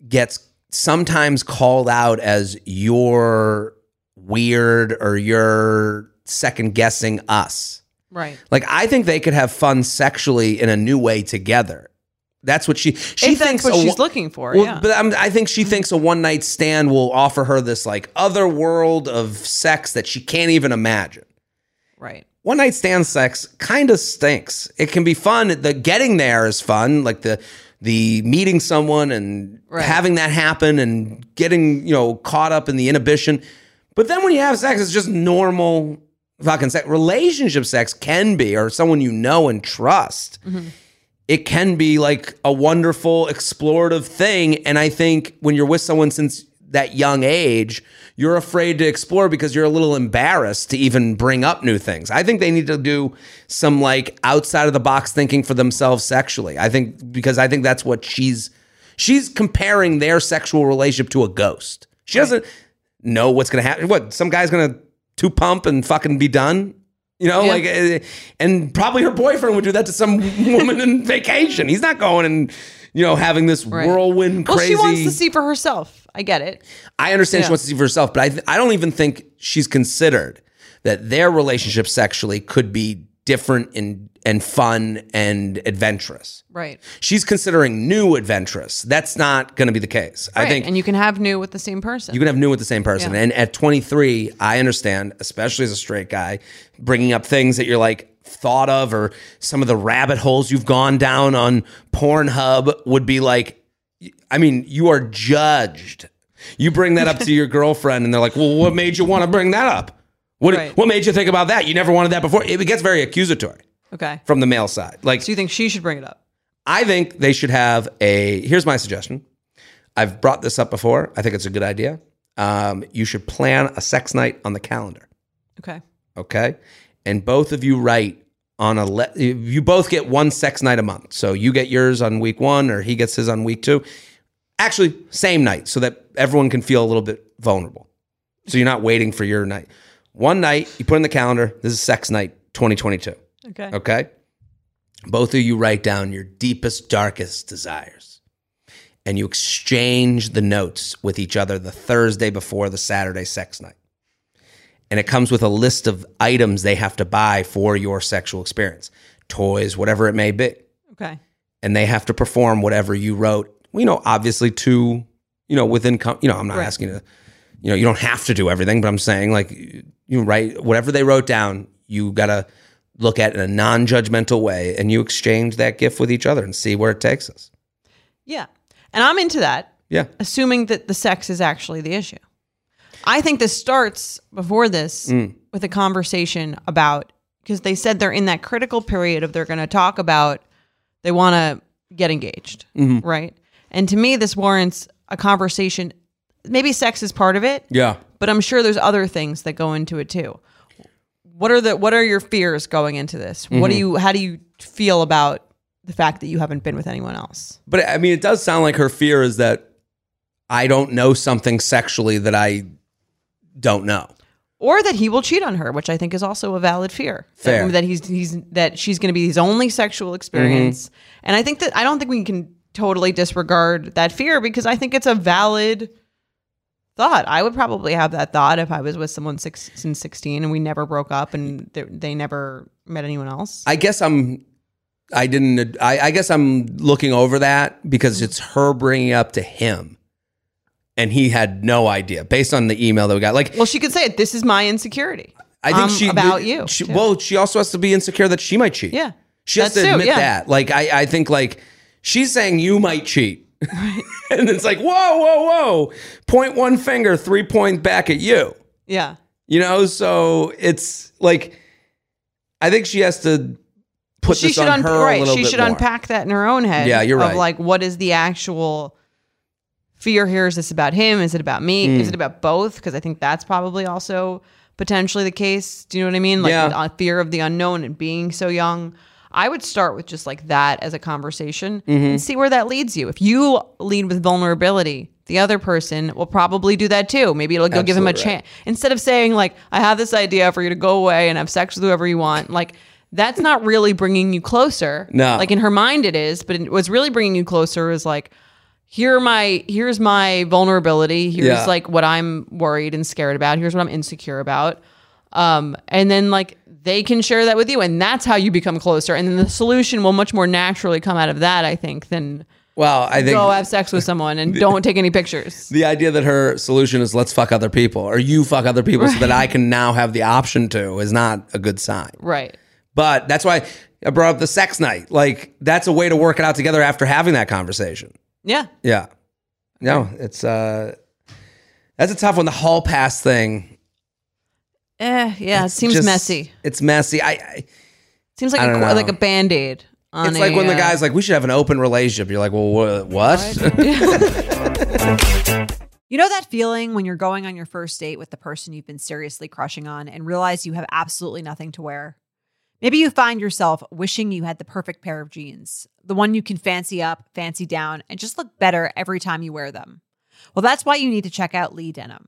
Speaker 2: gets sometimes called out as you're weird or you're second guessing us.
Speaker 1: Right.
Speaker 2: Like I think they could have fun sexually in a new way together. That's what she she
Speaker 1: if
Speaker 2: thinks
Speaker 1: that's what
Speaker 2: a
Speaker 1: she's
Speaker 2: wo-
Speaker 1: looking for.
Speaker 2: well,
Speaker 1: yeah.
Speaker 2: but I'm, I think she thinks a one night stand will offer her this like other world of sex that she can't even imagine.
Speaker 1: right.
Speaker 2: One night stand sex kind of stinks. It can be fun. The getting there is fun, like the the meeting someone and
Speaker 1: Right.
Speaker 2: having that happen and getting you know caught up in the inhibition. But then when you have sex, it's just normal fucking sex. Relationship sex can be, or someone you know and trust it can be like a wonderful explorative thing. And I think when you're with someone since that young age, you're afraid to explore because you're a little embarrassed to even bring up new things. I think they need to do some like outside of the box thinking for themselves sexually. I think because I think that's what she's she's comparing their sexual relationship to a ghost. She doesn't know what's going to happen. What some guy's going to two pump and fucking be done. You know,
Speaker 1: Yeah.
Speaker 2: like, eh, and probably her boyfriend would do that to some woman in vacation. He's not going and, you know, having this whirlwind
Speaker 1: Well,
Speaker 2: crazy.
Speaker 1: she wants to see for herself. I get it.
Speaker 2: I understand
Speaker 1: Yeah.
Speaker 2: she wants to see for herself, but I, th- I don't even think she's considered that their relationship sexually could be different and and fun and adventurous.
Speaker 1: Right.
Speaker 2: She's considering new adventurous. That's not going to be the case. I
Speaker 1: Right.
Speaker 2: think
Speaker 1: and you can have new with the same person.
Speaker 2: you can have new with the same person.
Speaker 1: Yeah.
Speaker 2: And at 23, I understand, especially as a straight guy, bringing up things that you're like thought of or some of the rabbit holes you've gone down on Pornhub would be like, I mean, you are judged. You bring that up to your girlfriend and they're like, well, what made you want to bring that up? What,
Speaker 1: Right.
Speaker 2: what made you think about that? You never wanted that before. It gets very accusatory
Speaker 1: okay.
Speaker 2: from the male side. Like,
Speaker 1: So you think she should bring it up?
Speaker 2: I think they should have a. Here's my suggestion. I've brought this up before. I think it's a good idea. Um, you should plan a sex night on the calendar,
Speaker 1: Okay.
Speaker 2: okay? And both of you write on a. Le- you both get one sex night a month. So you get yours on week one, or he gets his on week two. Actually, same night, so that everyone can feel a little bit vulnerable. So you're not waiting for your night. One night you put in the calendar. This is sex night 2022.
Speaker 1: Okay.
Speaker 2: Okay. Both of you write down your deepest, darkest desires and you exchange the notes with each other the Thursday before the Saturday sex night. And it comes with a list of items they have to buy for your sexual experience toys, whatever it may be.
Speaker 1: Okay.
Speaker 2: And they have to perform whatever you wrote, you know, obviously to, you know, within, com- you know, I'm not
Speaker 1: Right.
Speaker 2: asking you to, you know, you don't have to do everything, but I'm saying like you write whatever they wrote down, you gotta look at it in a non-judgmental way and you exchange that gift with each other and see where it takes us.
Speaker 1: Yeah. And I'm into that,
Speaker 2: Yeah.
Speaker 1: assuming that the sex is actually the issue. I think this starts before this
Speaker 2: Mm.
Speaker 1: with a conversation about because they said they're in that critical period of they're going to talk about they want to get engaged,
Speaker 2: Mm-hmm.
Speaker 1: right? And to me, this warrants a conversation. Maybe sex is part of it,
Speaker 2: Yeah.
Speaker 1: but I'm sure there's other things that go into it too. What are the what are your fears going into this? What do you how do you feel about the fact that you haven't been with anyone else?
Speaker 2: But I mean it does sound like her fear is that I don't know something sexually that I don't know.
Speaker 1: Or that he will cheat on her, which I think is also a valid fear. That-
Speaker 2: Fair.
Speaker 1: That, he's he's that she's going to be his only sexual experience. And I think that I don't think we can totally disregard that fear because I think it's a valid thought. I would probably have that thought if I was with someone six, since 16 and we never broke up and they, they never met anyone else.
Speaker 2: I guess I'm. I didn't. I, I guess I'm looking over that because it's her bringing it up to him, and he had no idea based on the email that we got. Like,
Speaker 1: Well, she could say it. This is my insecurity.
Speaker 2: I think
Speaker 1: um,
Speaker 2: she
Speaker 1: about you,
Speaker 2: She,
Speaker 1: too.
Speaker 2: well, she also has to be insecure that she might cheat.
Speaker 1: Yeah.
Speaker 2: she has
Speaker 1: That
Speaker 2: to
Speaker 1: too,
Speaker 2: admit
Speaker 1: yeah.
Speaker 2: that. Like, I, I think like she's saying you might cheat, and it's like whoa, whoa, whoa, point one finger, three point back at you.
Speaker 1: Yeah.
Speaker 2: You know, so it's like I think she has to put
Speaker 1: she
Speaker 2: this
Speaker 1: should
Speaker 2: on
Speaker 1: unp-
Speaker 2: her a
Speaker 1: right.
Speaker 2: little
Speaker 1: She
Speaker 2: bit
Speaker 1: should
Speaker 2: more.
Speaker 1: unpack that in her own head.
Speaker 2: Yeah, you're
Speaker 1: of
Speaker 2: right.
Speaker 1: Like, what is the actual
Speaker 2: Hmm.
Speaker 1: fear here? Is this about him? Is it about me? Is it about both? Because I think that's probably also potentially the case. Do you know what I mean? Like
Speaker 2: Yeah.
Speaker 1: uh, fear of the unknown and being so young. I would start with just like that as a conversation
Speaker 2: Mm-hmm.
Speaker 1: and see where that leads you. If you lead with vulnerability, the other person will probably do that too. Maybe it'll go give him a
Speaker 2: Absolutely right.
Speaker 1: chance. Instead of saying like, "I have this idea for you to go away and have sex with whoever you want," like that's not really bringing you closer.
Speaker 2: No.
Speaker 1: like in her mind it is, but it- what's really bringing you closer is like, here are my here's my vulnerability. Here's
Speaker 2: Yeah.
Speaker 1: like what I'm worried and scared about. Here's what I'm insecure about. Um, and then like they can share that with you, and that's how you become closer. And then the solution will much more naturally come out of that, I think, than
Speaker 2: Well, I think
Speaker 1: go have sex with someone and don't take any pictures.
Speaker 2: the idea that her solution is let's fuck other people or you fuck other people so that I can now have the option to is not a good sign.
Speaker 1: Right.
Speaker 2: But that's why I brought up the sex night. Like that's a way to work it out together after having that conversation.
Speaker 1: Yeah.
Speaker 2: Yeah. No, it's uh that's a tough one. The hall pass thing.
Speaker 1: Eh, yeah. It seems
Speaker 2: Just-
Speaker 1: messy.
Speaker 2: It's messy. I, I
Speaker 1: Seems like
Speaker 2: I
Speaker 1: a,
Speaker 2: don't
Speaker 1: qu-
Speaker 2: know.
Speaker 1: like a band aid.
Speaker 2: it's like
Speaker 1: uh,
Speaker 2: when the guy's like, we should have an open relationship. You're like, well, wh- what?
Speaker 3: You know that feeling when you're going on your first date with the person you've been seriously crushing on and realize you have absolutely nothing to wear? Maybe you find yourself wishing you had the perfect pair of jeans, the one you can fancy up, fancy down, and just look better every time you wear them. Well, that's why you need to check out Lee Denim.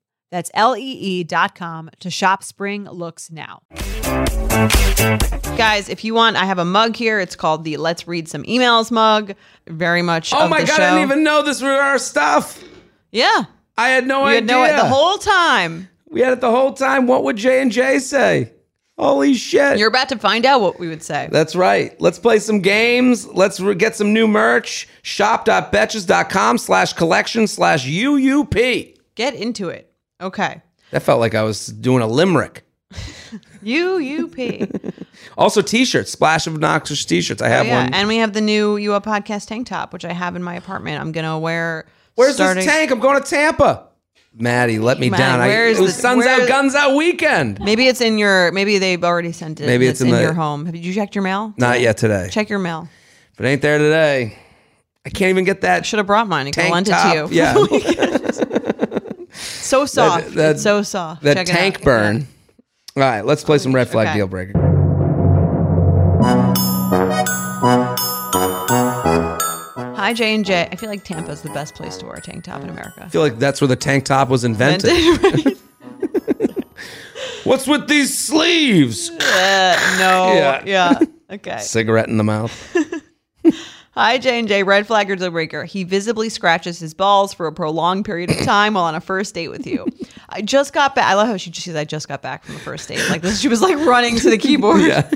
Speaker 3: That's E lee.com to shop spring looks now.
Speaker 1: guys, if you want, I have a mug here. It's called the "Let's Read Some Emails" mug. Very much.
Speaker 2: oh
Speaker 1: of
Speaker 2: my
Speaker 1: the
Speaker 2: god,
Speaker 1: show.
Speaker 2: I didn't even know this was our stuff.
Speaker 1: Yeah.
Speaker 2: I had no
Speaker 1: You
Speaker 2: idea.
Speaker 1: had no the whole time.
Speaker 2: we had it the whole time. What would J and J say? Holy shit!
Speaker 1: You're about to find out what we would say.
Speaker 2: That's right. Let's play some games. Let's re- get some new merch. Shop.betches.com slash collection slash UUP.
Speaker 1: Get into it. Okay.
Speaker 2: That felt like I was doing a limerick.
Speaker 1: UUP.
Speaker 2: Also, t-shirts. Splash of Obnoxious t-shirts. I have
Speaker 1: Oh, yeah.
Speaker 2: one.
Speaker 1: And we have the new UA podcast tank top, which I have in my apartment. I'm going to wear.
Speaker 2: Where's
Speaker 1: starting-
Speaker 2: this tank? I'm going to Tampa. Maddie, let me
Speaker 1: Matt,
Speaker 2: down. I-
Speaker 1: where's
Speaker 2: it was
Speaker 1: the-
Speaker 2: Suns
Speaker 1: where-
Speaker 2: Out, Guns Out weekend.
Speaker 1: Maybe it's in your, maybe they've already sent it.
Speaker 2: Maybe
Speaker 1: and
Speaker 2: it's in the-
Speaker 1: your home. Have you checked your mail?
Speaker 2: Not yet today.
Speaker 1: Check your mail.
Speaker 2: But it ain't there today. I can't even get that
Speaker 1: Should have brought mine and
Speaker 2: tank
Speaker 1: lent
Speaker 2: top.
Speaker 1: it to you.
Speaker 2: Yeah,
Speaker 1: so soft.
Speaker 2: That- that-
Speaker 1: it's so soft.
Speaker 2: that
Speaker 1: Check it
Speaker 2: tank
Speaker 1: out.
Speaker 2: burn. All right, let's play some red flag
Speaker 1: Okay.
Speaker 2: deal breaker.
Speaker 1: Hi, J and J. I feel like Tampa's the best place to wear a tank top in America.
Speaker 2: I feel like that's where the tank top was invented. What's with these sleeves?
Speaker 1: Uh, no.
Speaker 2: Yeah.
Speaker 1: yeah. Okay.
Speaker 2: Cigarette in the mouth.
Speaker 1: Hi, J&J. Red flag or deal breaker. He visibly scratches his balls for a prolonged period of time while on a first date with you. I just got back. I love how she she says, I just got back from a first date. Like this, she was like running to the keyboard.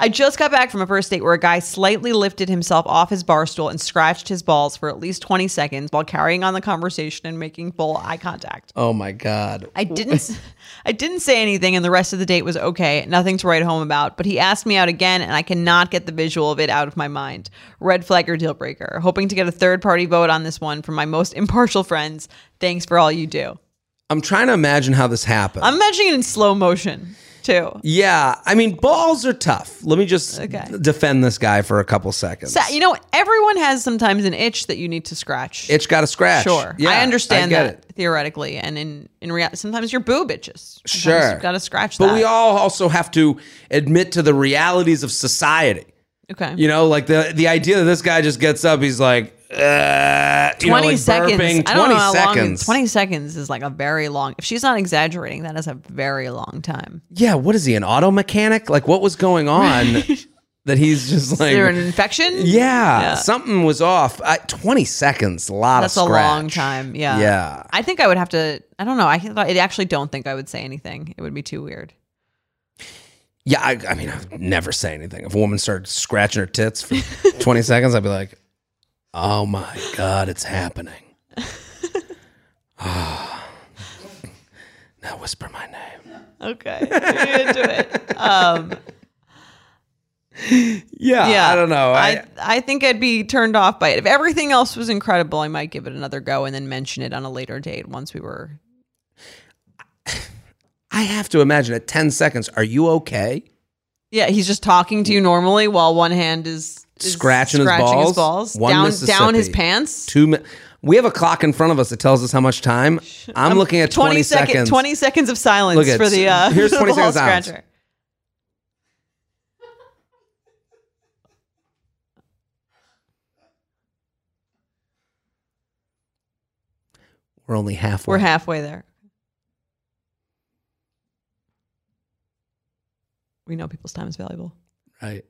Speaker 1: I just got back from a first date where a guy slightly lifted himself off his bar stool and scratched his balls for at least 20 seconds while carrying on the conversation and making full eye contact.
Speaker 2: Oh my god.
Speaker 1: I didn't I didn't say anything and the rest of the date was okay. Nothing to write home about, but he asked me out again and I cannot get the visual of it out of my mind. Red flag or deal breaker. Hoping to get a third party vote on this one from my most impartial friends. Thanks for all you do.
Speaker 2: I'm trying to imagine how this happened.
Speaker 1: I'm imagining it in slow motion, too.
Speaker 2: yeah, I mean balls are tough. Let me just
Speaker 1: Okay.
Speaker 2: defend this guy for a couple seconds.
Speaker 1: Sa- You know, everyone has sometimes an itch that you need to scratch.
Speaker 2: it's got a scratch.
Speaker 1: Sure.
Speaker 2: Yeah,
Speaker 1: I understand
Speaker 2: get
Speaker 1: that
Speaker 2: it.
Speaker 1: theoretically. And in, in reality, sometimes your boob itches. Sometimes
Speaker 2: Sure.
Speaker 1: You've got to scratch
Speaker 2: But
Speaker 1: that.
Speaker 2: we all also have to admit to the realities of society.
Speaker 1: Okay.
Speaker 2: You know, like the the idea that this guy just gets up, he's like, uh, you know,
Speaker 1: 20
Speaker 2: like
Speaker 1: seconds.
Speaker 2: burping,
Speaker 1: I don't know how long.
Speaker 2: seconds.
Speaker 1: 20 seconds is like a very long. If she's not exaggerating, that is a very long time.
Speaker 2: Yeah, what is he, an auto mechanic? Like, what was going on that he's just like
Speaker 1: Is there an infection?
Speaker 2: yeah,
Speaker 1: Yeah.
Speaker 2: something was off. I, Twenty seconds, a lot
Speaker 1: That's
Speaker 2: of
Speaker 1: a
Speaker 2: scratch.
Speaker 1: long time. Yeah.
Speaker 2: Yeah.
Speaker 1: I think I would have to. I don't know. I, thought- I actually don't think I would say anything. It would be too weird.
Speaker 2: Yeah, I, I mean, I've never say anything. If a woman started scratching her tits for 20 seconds, I'd be like, oh my God, it's happening. Ah. now whisper my name.
Speaker 1: Okay. You're gonna do it. Um,
Speaker 2: Yeah,
Speaker 1: yeah.
Speaker 2: I don't know. I,
Speaker 1: I, I think I'd be turned off by it. If everything else was incredible, I might give it another go and then mention it on a later date once we were.
Speaker 2: I have to imagine at 10 seconds, are you okay?
Speaker 1: Yeah. He's just talking to you normally while one hand is. is
Speaker 2: Scratching his balls? One
Speaker 1: down, down his
Speaker 2: Mississippi.
Speaker 1: pants.
Speaker 2: Two mi- we have a clock in front of us that tells us how much time. I'm,
Speaker 1: Um,
Speaker 2: looking at 20,
Speaker 1: second-
Speaker 2: seconds.
Speaker 1: 20 seconds of silence
Speaker 2: Look at-
Speaker 1: for the uh,
Speaker 2: here's
Speaker 1: the
Speaker 2: 20
Speaker 1: ball
Speaker 2: seconds of silence.
Speaker 1: scratcher.
Speaker 2: We're only halfway.
Speaker 1: We're halfway there. We know people's time is valuable.
Speaker 2: Right.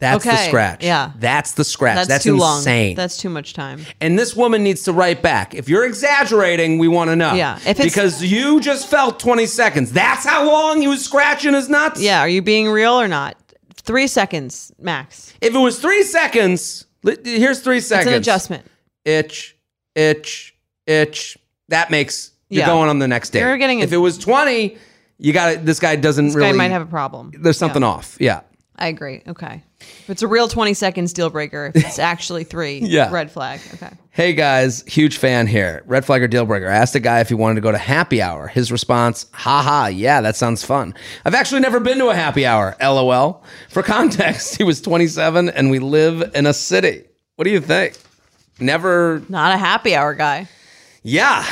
Speaker 2: That's the
Speaker 1: Okay,
Speaker 2: scratch.
Speaker 1: yeah.
Speaker 2: That's the scratch. That's,
Speaker 1: too
Speaker 2: insane.
Speaker 1: long. That's too much time.
Speaker 2: and this woman needs to write back. If you're exaggerating, we want to know.
Speaker 1: Yeah, if it's-
Speaker 2: because you just felt 20 seconds. That's how long he was scratching his nuts.
Speaker 1: Yeah, are you being real or not? Three seconds max.
Speaker 2: If it was three seconds, li- here's three
Speaker 1: It's
Speaker 2: seconds.
Speaker 1: an adjustment.
Speaker 2: Itch, itch, itch. That makes you're
Speaker 1: Yeah.
Speaker 2: going on the next day.
Speaker 1: You're getting a-
Speaker 2: if it was 20, you got to This guy doesn't
Speaker 1: This
Speaker 2: really.
Speaker 1: guy might have a problem.
Speaker 2: there's something off. Yeah.
Speaker 1: I agree. Okay. If it's a real 20 seconds deal breaker, if it's actually three,
Speaker 2: Yeah.
Speaker 1: red flag. Okay.
Speaker 2: Hey guys, huge fan here. Red flag or deal breaker. I asked a guy if he wanted to go to happy hour. His response, haha, yeah, that sounds fun. I've actually never been to a happy hour, lol. For context, he was 27 and we live in a city. What do you think? Never,
Speaker 1: Not a happy hour guy.
Speaker 2: yeah.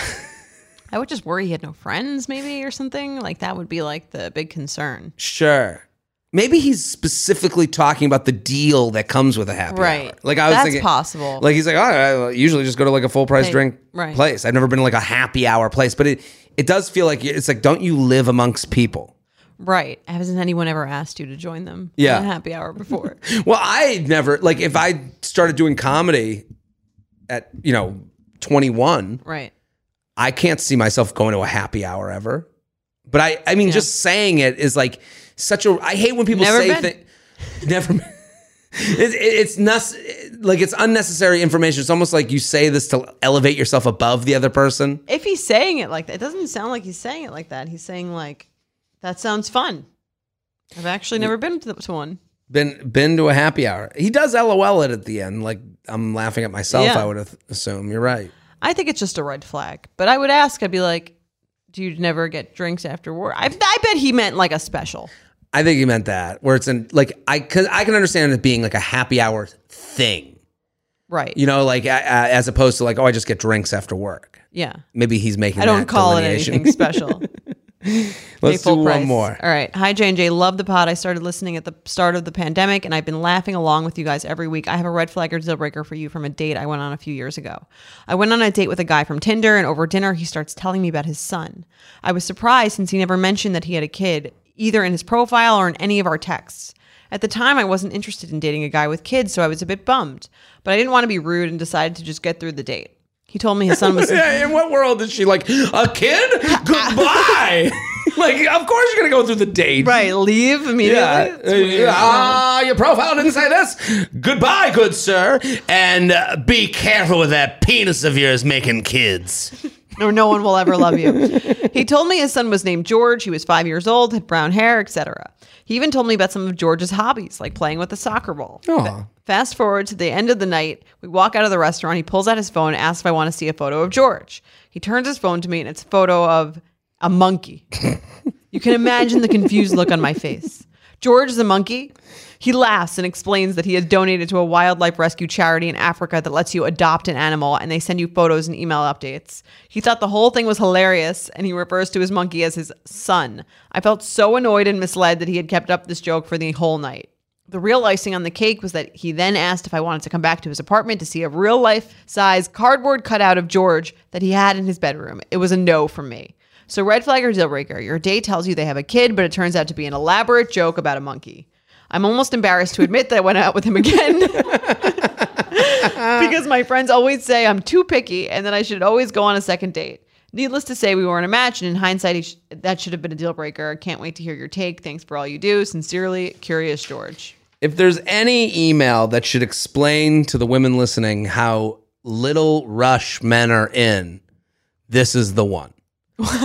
Speaker 1: I would just worry he had no friends, maybe, or something. Like that would be like the big concern.
Speaker 2: Sure. Maybe he's specifically talking about the deal that comes with a happy
Speaker 1: Right.
Speaker 2: hour. Like I was
Speaker 1: That's
Speaker 2: thinking,
Speaker 1: possible.
Speaker 2: Like he's like, oh, I usually just go to like a full price
Speaker 1: Hey,
Speaker 2: drink
Speaker 1: right.
Speaker 2: place. I've never been to like a happy hour place, but it it does feel like it's like, don't you live amongst people?
Speaker 1: Right. Hasn't anyone ever asked you to join them?
Speaker 2: Yeah.
Speaker 1: in a happy hour before.
Speaker 2: Well, I never like if I started doing comedy at you know twenty one,
Speaker 1: right.
Speaker 2: I can't see myself going to a happy hour ever. But I, I mean, just saying it is like such a. I hate when people
Speaker 1: Never
Speaker 2: say
Speaker 1: been.
Speaker 2: things. Never. been. It, it, it's not like it's unnecessary information. It's almost like you say this to elevate yourself above the other person.
Speaker 1: If he's saying it like that, it doesn't sound like he's saying it like that. He's saying like, that sounds fun. I've actually never been to, to one.
Speaker 2: Been been to a happy hour. He does lol it at the end. Like I'm laughing at myself.
Speaker 1: Yeah.
Speaker 2: I would ath- assume you're right.
Speaker 1: I think it's just a red flag. But I would ask. I'd be like, do you never get drinks after work? I, I bet he meant like a special.
Speaker 2: I think you meant that where it's in like I cause I can understand it being like a happy hour thing.
Speaker 1: Right.
Speaker 2: You know, like uh, uh, as opposed to like oh I just get drinks after work.
Speaker 1: yeah.
Speaker 2: Maybe he's making.
Speaker 1: I don't
Speaker 2: that
Speaker 1: call it
Speaker 2: delineation.
Speaker 1: anything special.
Speaker 2: Let's
Speaker 1: Pay
Speaker 2: do
Speaker 1: full
Speaker 2: one
Speaker 1: price.
Speaker 2: more.
Speaker 1: All right. Hi, J&J. Love the pod. I started listening at the start of the pandemic, and I've been laughing along with you guys every week. I have a red flag or deal breaker for you from a date I went on a few years ago. I went on a date with a guy from Tinder, and over dinner, he starts telling me about his son. I was surprised since he never mentioned that he had a kid, either in his profile or in any of our texts. At the time, I wasn't interested in dating a guy with kids, so I was a bit bummed. But I didn't want to be rude and decided to just get through the date. He told me his son was
Speaker 2: Yeah, in what world is she like a kid? Goodbye. like of course you're gonna go through the date.
Speaker 1: right. Leave immediately.
Speaker 2: Yeah.
Speaker 1: It's weird.
Speaker 2: Uh, Ah, your profile didn't say this. Goodbye, good sir, and uh, be careful with that penis of yours making kids.
Speaker 1: or no one will ever love you. He told me his son was named George. He was five years old, had brown hair, etc. He even told me about some of George's hobbies, like playing with a soccer ball.
Speaker 2: Oh.
Speaker 1: Fa- Fast forward to the end of the night, we walk out of the restaurant. He pulls out his phone and asks if I want to see a photo of George. He turns his phone to me, and it's a photo of a monkey. You can imagine the confused look on my face. George is a monkey. He laughs and explains that he has donated to a wildlife rescue charity in Africa that lets you adopt an animal and they send you photos and email updates. He thought the whole thing was hilarious and he refers to his monkey as his son. I felt so annoyed and misled that he had kept up this joke for the whole night. The real icing on the cake was that he then asked if I wanted to come back to his apartment to see a real life size cardboard cutout of George that he had in his bedroom. It was a no from me. So, red flag or deal breaker. Your date tells you they have a kid, but it turns out to be an elaborate joke about a monkey. I'm almost embarrassed to admit that I went out with him again. because my friends always say I'm too picky and that I should always go on a second date. Needless to say, we weren't a match, and in hindsight, he sh- that should have been a deal breaker. Can't wait to hear your take. Thanks for all you do. Sincerely, Curious George.
Speaker 2: If there's any email that should explain to the women listening how little rush men are in, this is the one.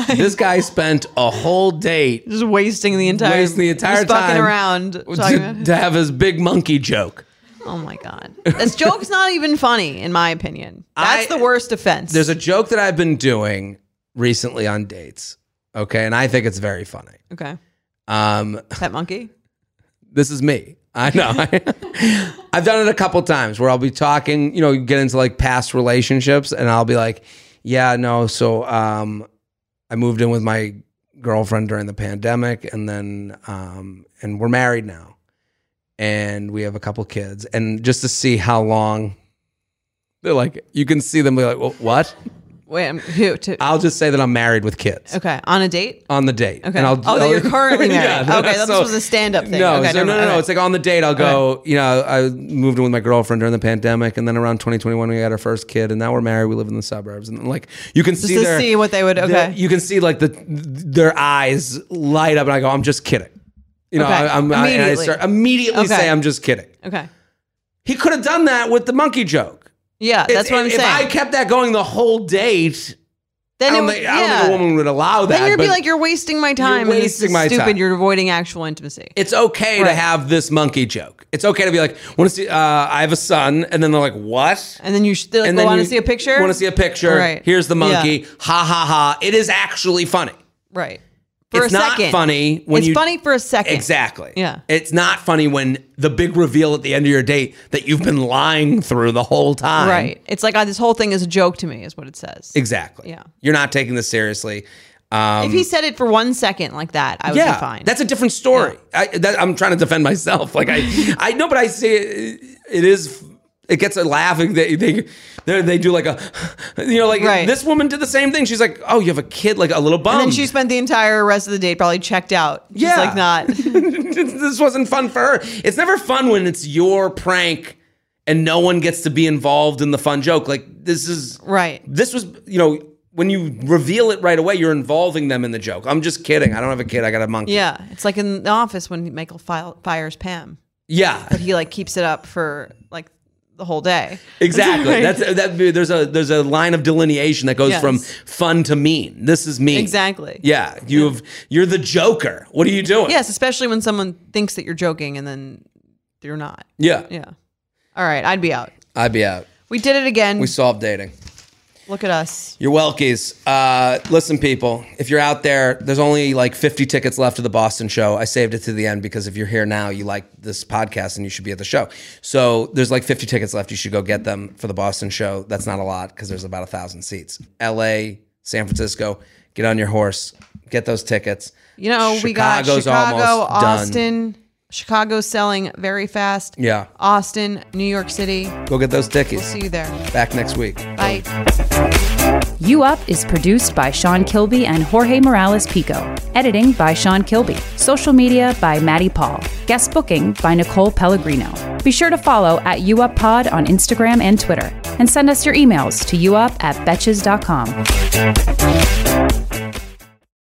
Speaker 2: This guy spent a whole date
Speaker 1: Just wasting the entire,
Speaker 2: Wasting the entire
Speaker 1: just fucking
Speaker 2: time
Speaker 1: around. talking about-
Speaker 2: to, to have his big monkey joke.
Speaker 1: Oh my god, this joke's not even funny, in my opinion. That's
Speaker 2: I-
Speaker 1: the worst offense.
Speaker 2: There's a joke that I've been doing recently on dates. Okay, and I think it's very funny.
Speaker 1: okay,
Speaker 2: Um,
Speaker 1: pet monkey.
Speaker 2: this is me. I know. I've done it a couple times where I'll be talking, you know, you get into like past relationships and I'll be like, yeah, no, so um I moved in with my girlfriend during the pandemic and then um and we're married now. And we have a couple kids and just to see how long they're like you can see them be like, well, "What?"
Speaker 1: Wait, I'm, who? To,
Speaker 2: I'll just say that I'm married with kids
Speaker 1: okay, on a date.
Speaker 2: on the date.
Speaker 1: Okay.
Speaker 2: And I'll,
Speaker 1: Oh, that you're currently married.
Speaker 2: no,
Speaker 1: Okay, that was a stand-up thing.
Speaker 2: No,
Speaker 1: Okay,
Speaker 2: so
Speaker 1: never
Speaker 2: no, no,
Speaker 1: mind.
Speaker 2: no.
Speaker 1: Okay.
Speaker 2: It's like on the date, I'll go, you know, I moved in with my girlfriend during the pandemic. And then around 2021, we had our first kid. And now we're married. We live in the suburbs. And like, you can see
Speaker 1: to
Speaker 2: their,
Speaker 1: see what they would-
Speaker 2: the-
Speaker 1: okay.
Speaker 2: you can see like the their eyes light up. And I go, I'm just kidding. You know,
Speaker 1: Okay.
Speaker 2: I, I'm, I, and I
Speaker 1: Immediately.
Speaker 2: start, immediately
Speaker 1: Okay.
Speaker 2: say, I'm just kidding.
Speaker 1: Okay,
Speaker 2: He could have done that with the monkey joke.
Speaker 1: yeah, that's
Speaker 2: If-
Speaker 1: what I'm
Speaker 2: if,
Speaker 1: saying.
Speaker 2: If I kept that going the whole date,
Speaker 1: then
Speaker 2: I
Speaker 1: it
Speaker 2: don't,
Speaker 1: would,
Speaker 2: think, I don't
Speaker 1: yeah.
Speaker 2: think a woman would allow that.
Speaker 1: then you'd be
Speaker 2: but-
Speaker 1: like, you're wasting my time. and this is
Speaker 2: wasting my
Speaker 1: stupid.
Speaker 2: time.
Speaker 1: You're avoiding actual intimacy.
Speaker 2: it's okay to
Speaker 1: Right.
Speaker 2: have this monkey joke. It's okay to be like, want to see? Uh, I have a son, and then they're like, what?
Speaker 1: and then you should like,
Speaker 2: And
Speaker 1: want
Speaker 2: you
Speaker 1: to see a picture.
Speaker 2: Want to see a picture?
Speaker 1: Right.
Speaker 2: Here's the
Speaker 1: Yeah.
Speaker 2: monkey. Ha ha ha! It is actually funny.
Speaker 1: right for
Speaker 2: it's
Speaker 1: a
Speaker 2: not
Speaker 1: second.
Speaker 2: funny when
Speaker 1: it's
Speaker 2: you
Speaker 1: funny for a second.
Speaker 2: exactly.
Speaker 1: Yeah.
Speaker 2: it's not funny when the big reveal at the end of your date that you've been lying through the whole time.
Speaker 1: Right. It's like uh, this whole thing is a joke to me, is what it says.
Speaker 2: Exactly.
Speaker 1: Yeah.
Speaker 2: You're not taking this seriously. Um,
Speaker 1: If he said it for one second like that, I would
Speaker 2: yeah,
Speaker 1: be fine.
Speaker 2: That's a different story. I, that, I'm trying to defend myself. Like I, I know, but I say it, it is. It gets a laughing. They they they they do like a, you know, like
Speaker 1: Right.
Speaker 2: this woman did the same thing. She's like, oh, you have a kid, like a little bum.
Speaker 1: And then she spent the entire rest of the day probably checked out. She's
Speaker 2: Yeah.
Speaker 1: like not.
Speaker 2: this wasn't fun for her. It's never fun when it's your prank and no one gets to be involved in the fun joke. Like this is
Speaker 1: Right.
Speaker 2: This was you know. When you reveal it right away, you're involving them in the joke. I'm just kidding. I don't have a kid. I got a monkey.
Speaker 1: Yeah. It's like in the office when Michael fi- fires Pam.
Speaker 2: Yeah.
Speaker 1: He like keeps it up for like the whole day.
Speaker 2: Exactly.
Speaker 1: Right.
Speaker 2: That's uh, that. There's a there's a line of delineation that goes
Speaker 1: Yes.
Speaker 2: from fun to mean. This is mean.
Speaker 1: Exactly.
Speaker 2: Yeah. You've you're the Joker. What are you doing?
Speaker 1: Yes, especially when someone thinks that you're joking and then you're not.
Speaker 2: Yeah.
Speaker 1: Yeah. All right, I'd be out.
Speaker 2: I'd be out.
Speaker 1: We did it again.
Speaker 2: We solved dating.
Speaker 1: Look at us.
Speaker 2: You're welkies. Uh, listen, people. If you're out there, there's only like 50 tickets left to the Boston show. I saved it to the end because if you're here now, you like this podcast and you should be at the show. So there's like 50 tickets left. You should go get them for the Boston show. That's not a lot because there's about a thousand seats. L.A., San Francisco. Get on your horse. Get those tickets.
Speaker 1: You know, we got
Speaker 2: Chicago's
Speaker 1: Chicago,
Speaker 2: almost done.
Speaker 1: Austin. Chicago's selling very fast.
Speaker 2: Yeah.
Speaker 1: Austin, New York City.
Speaker 2: Go get those tickets.
Speaker 1: See you there.
Speaker 2: Back next week.
Speaker 1: Bye.
Speaker 7: You Up is produced by Sean Kilby and Jorge Morales Pico. Editing by Sean Kilby. Social media by Maddie Paul. Guest booking by Nicole Pellegrino. Be sure to follow at You Up Pod on Instagram and Twitter. And send us your emails to youup at betches.com.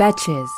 Speaker 7: Betches.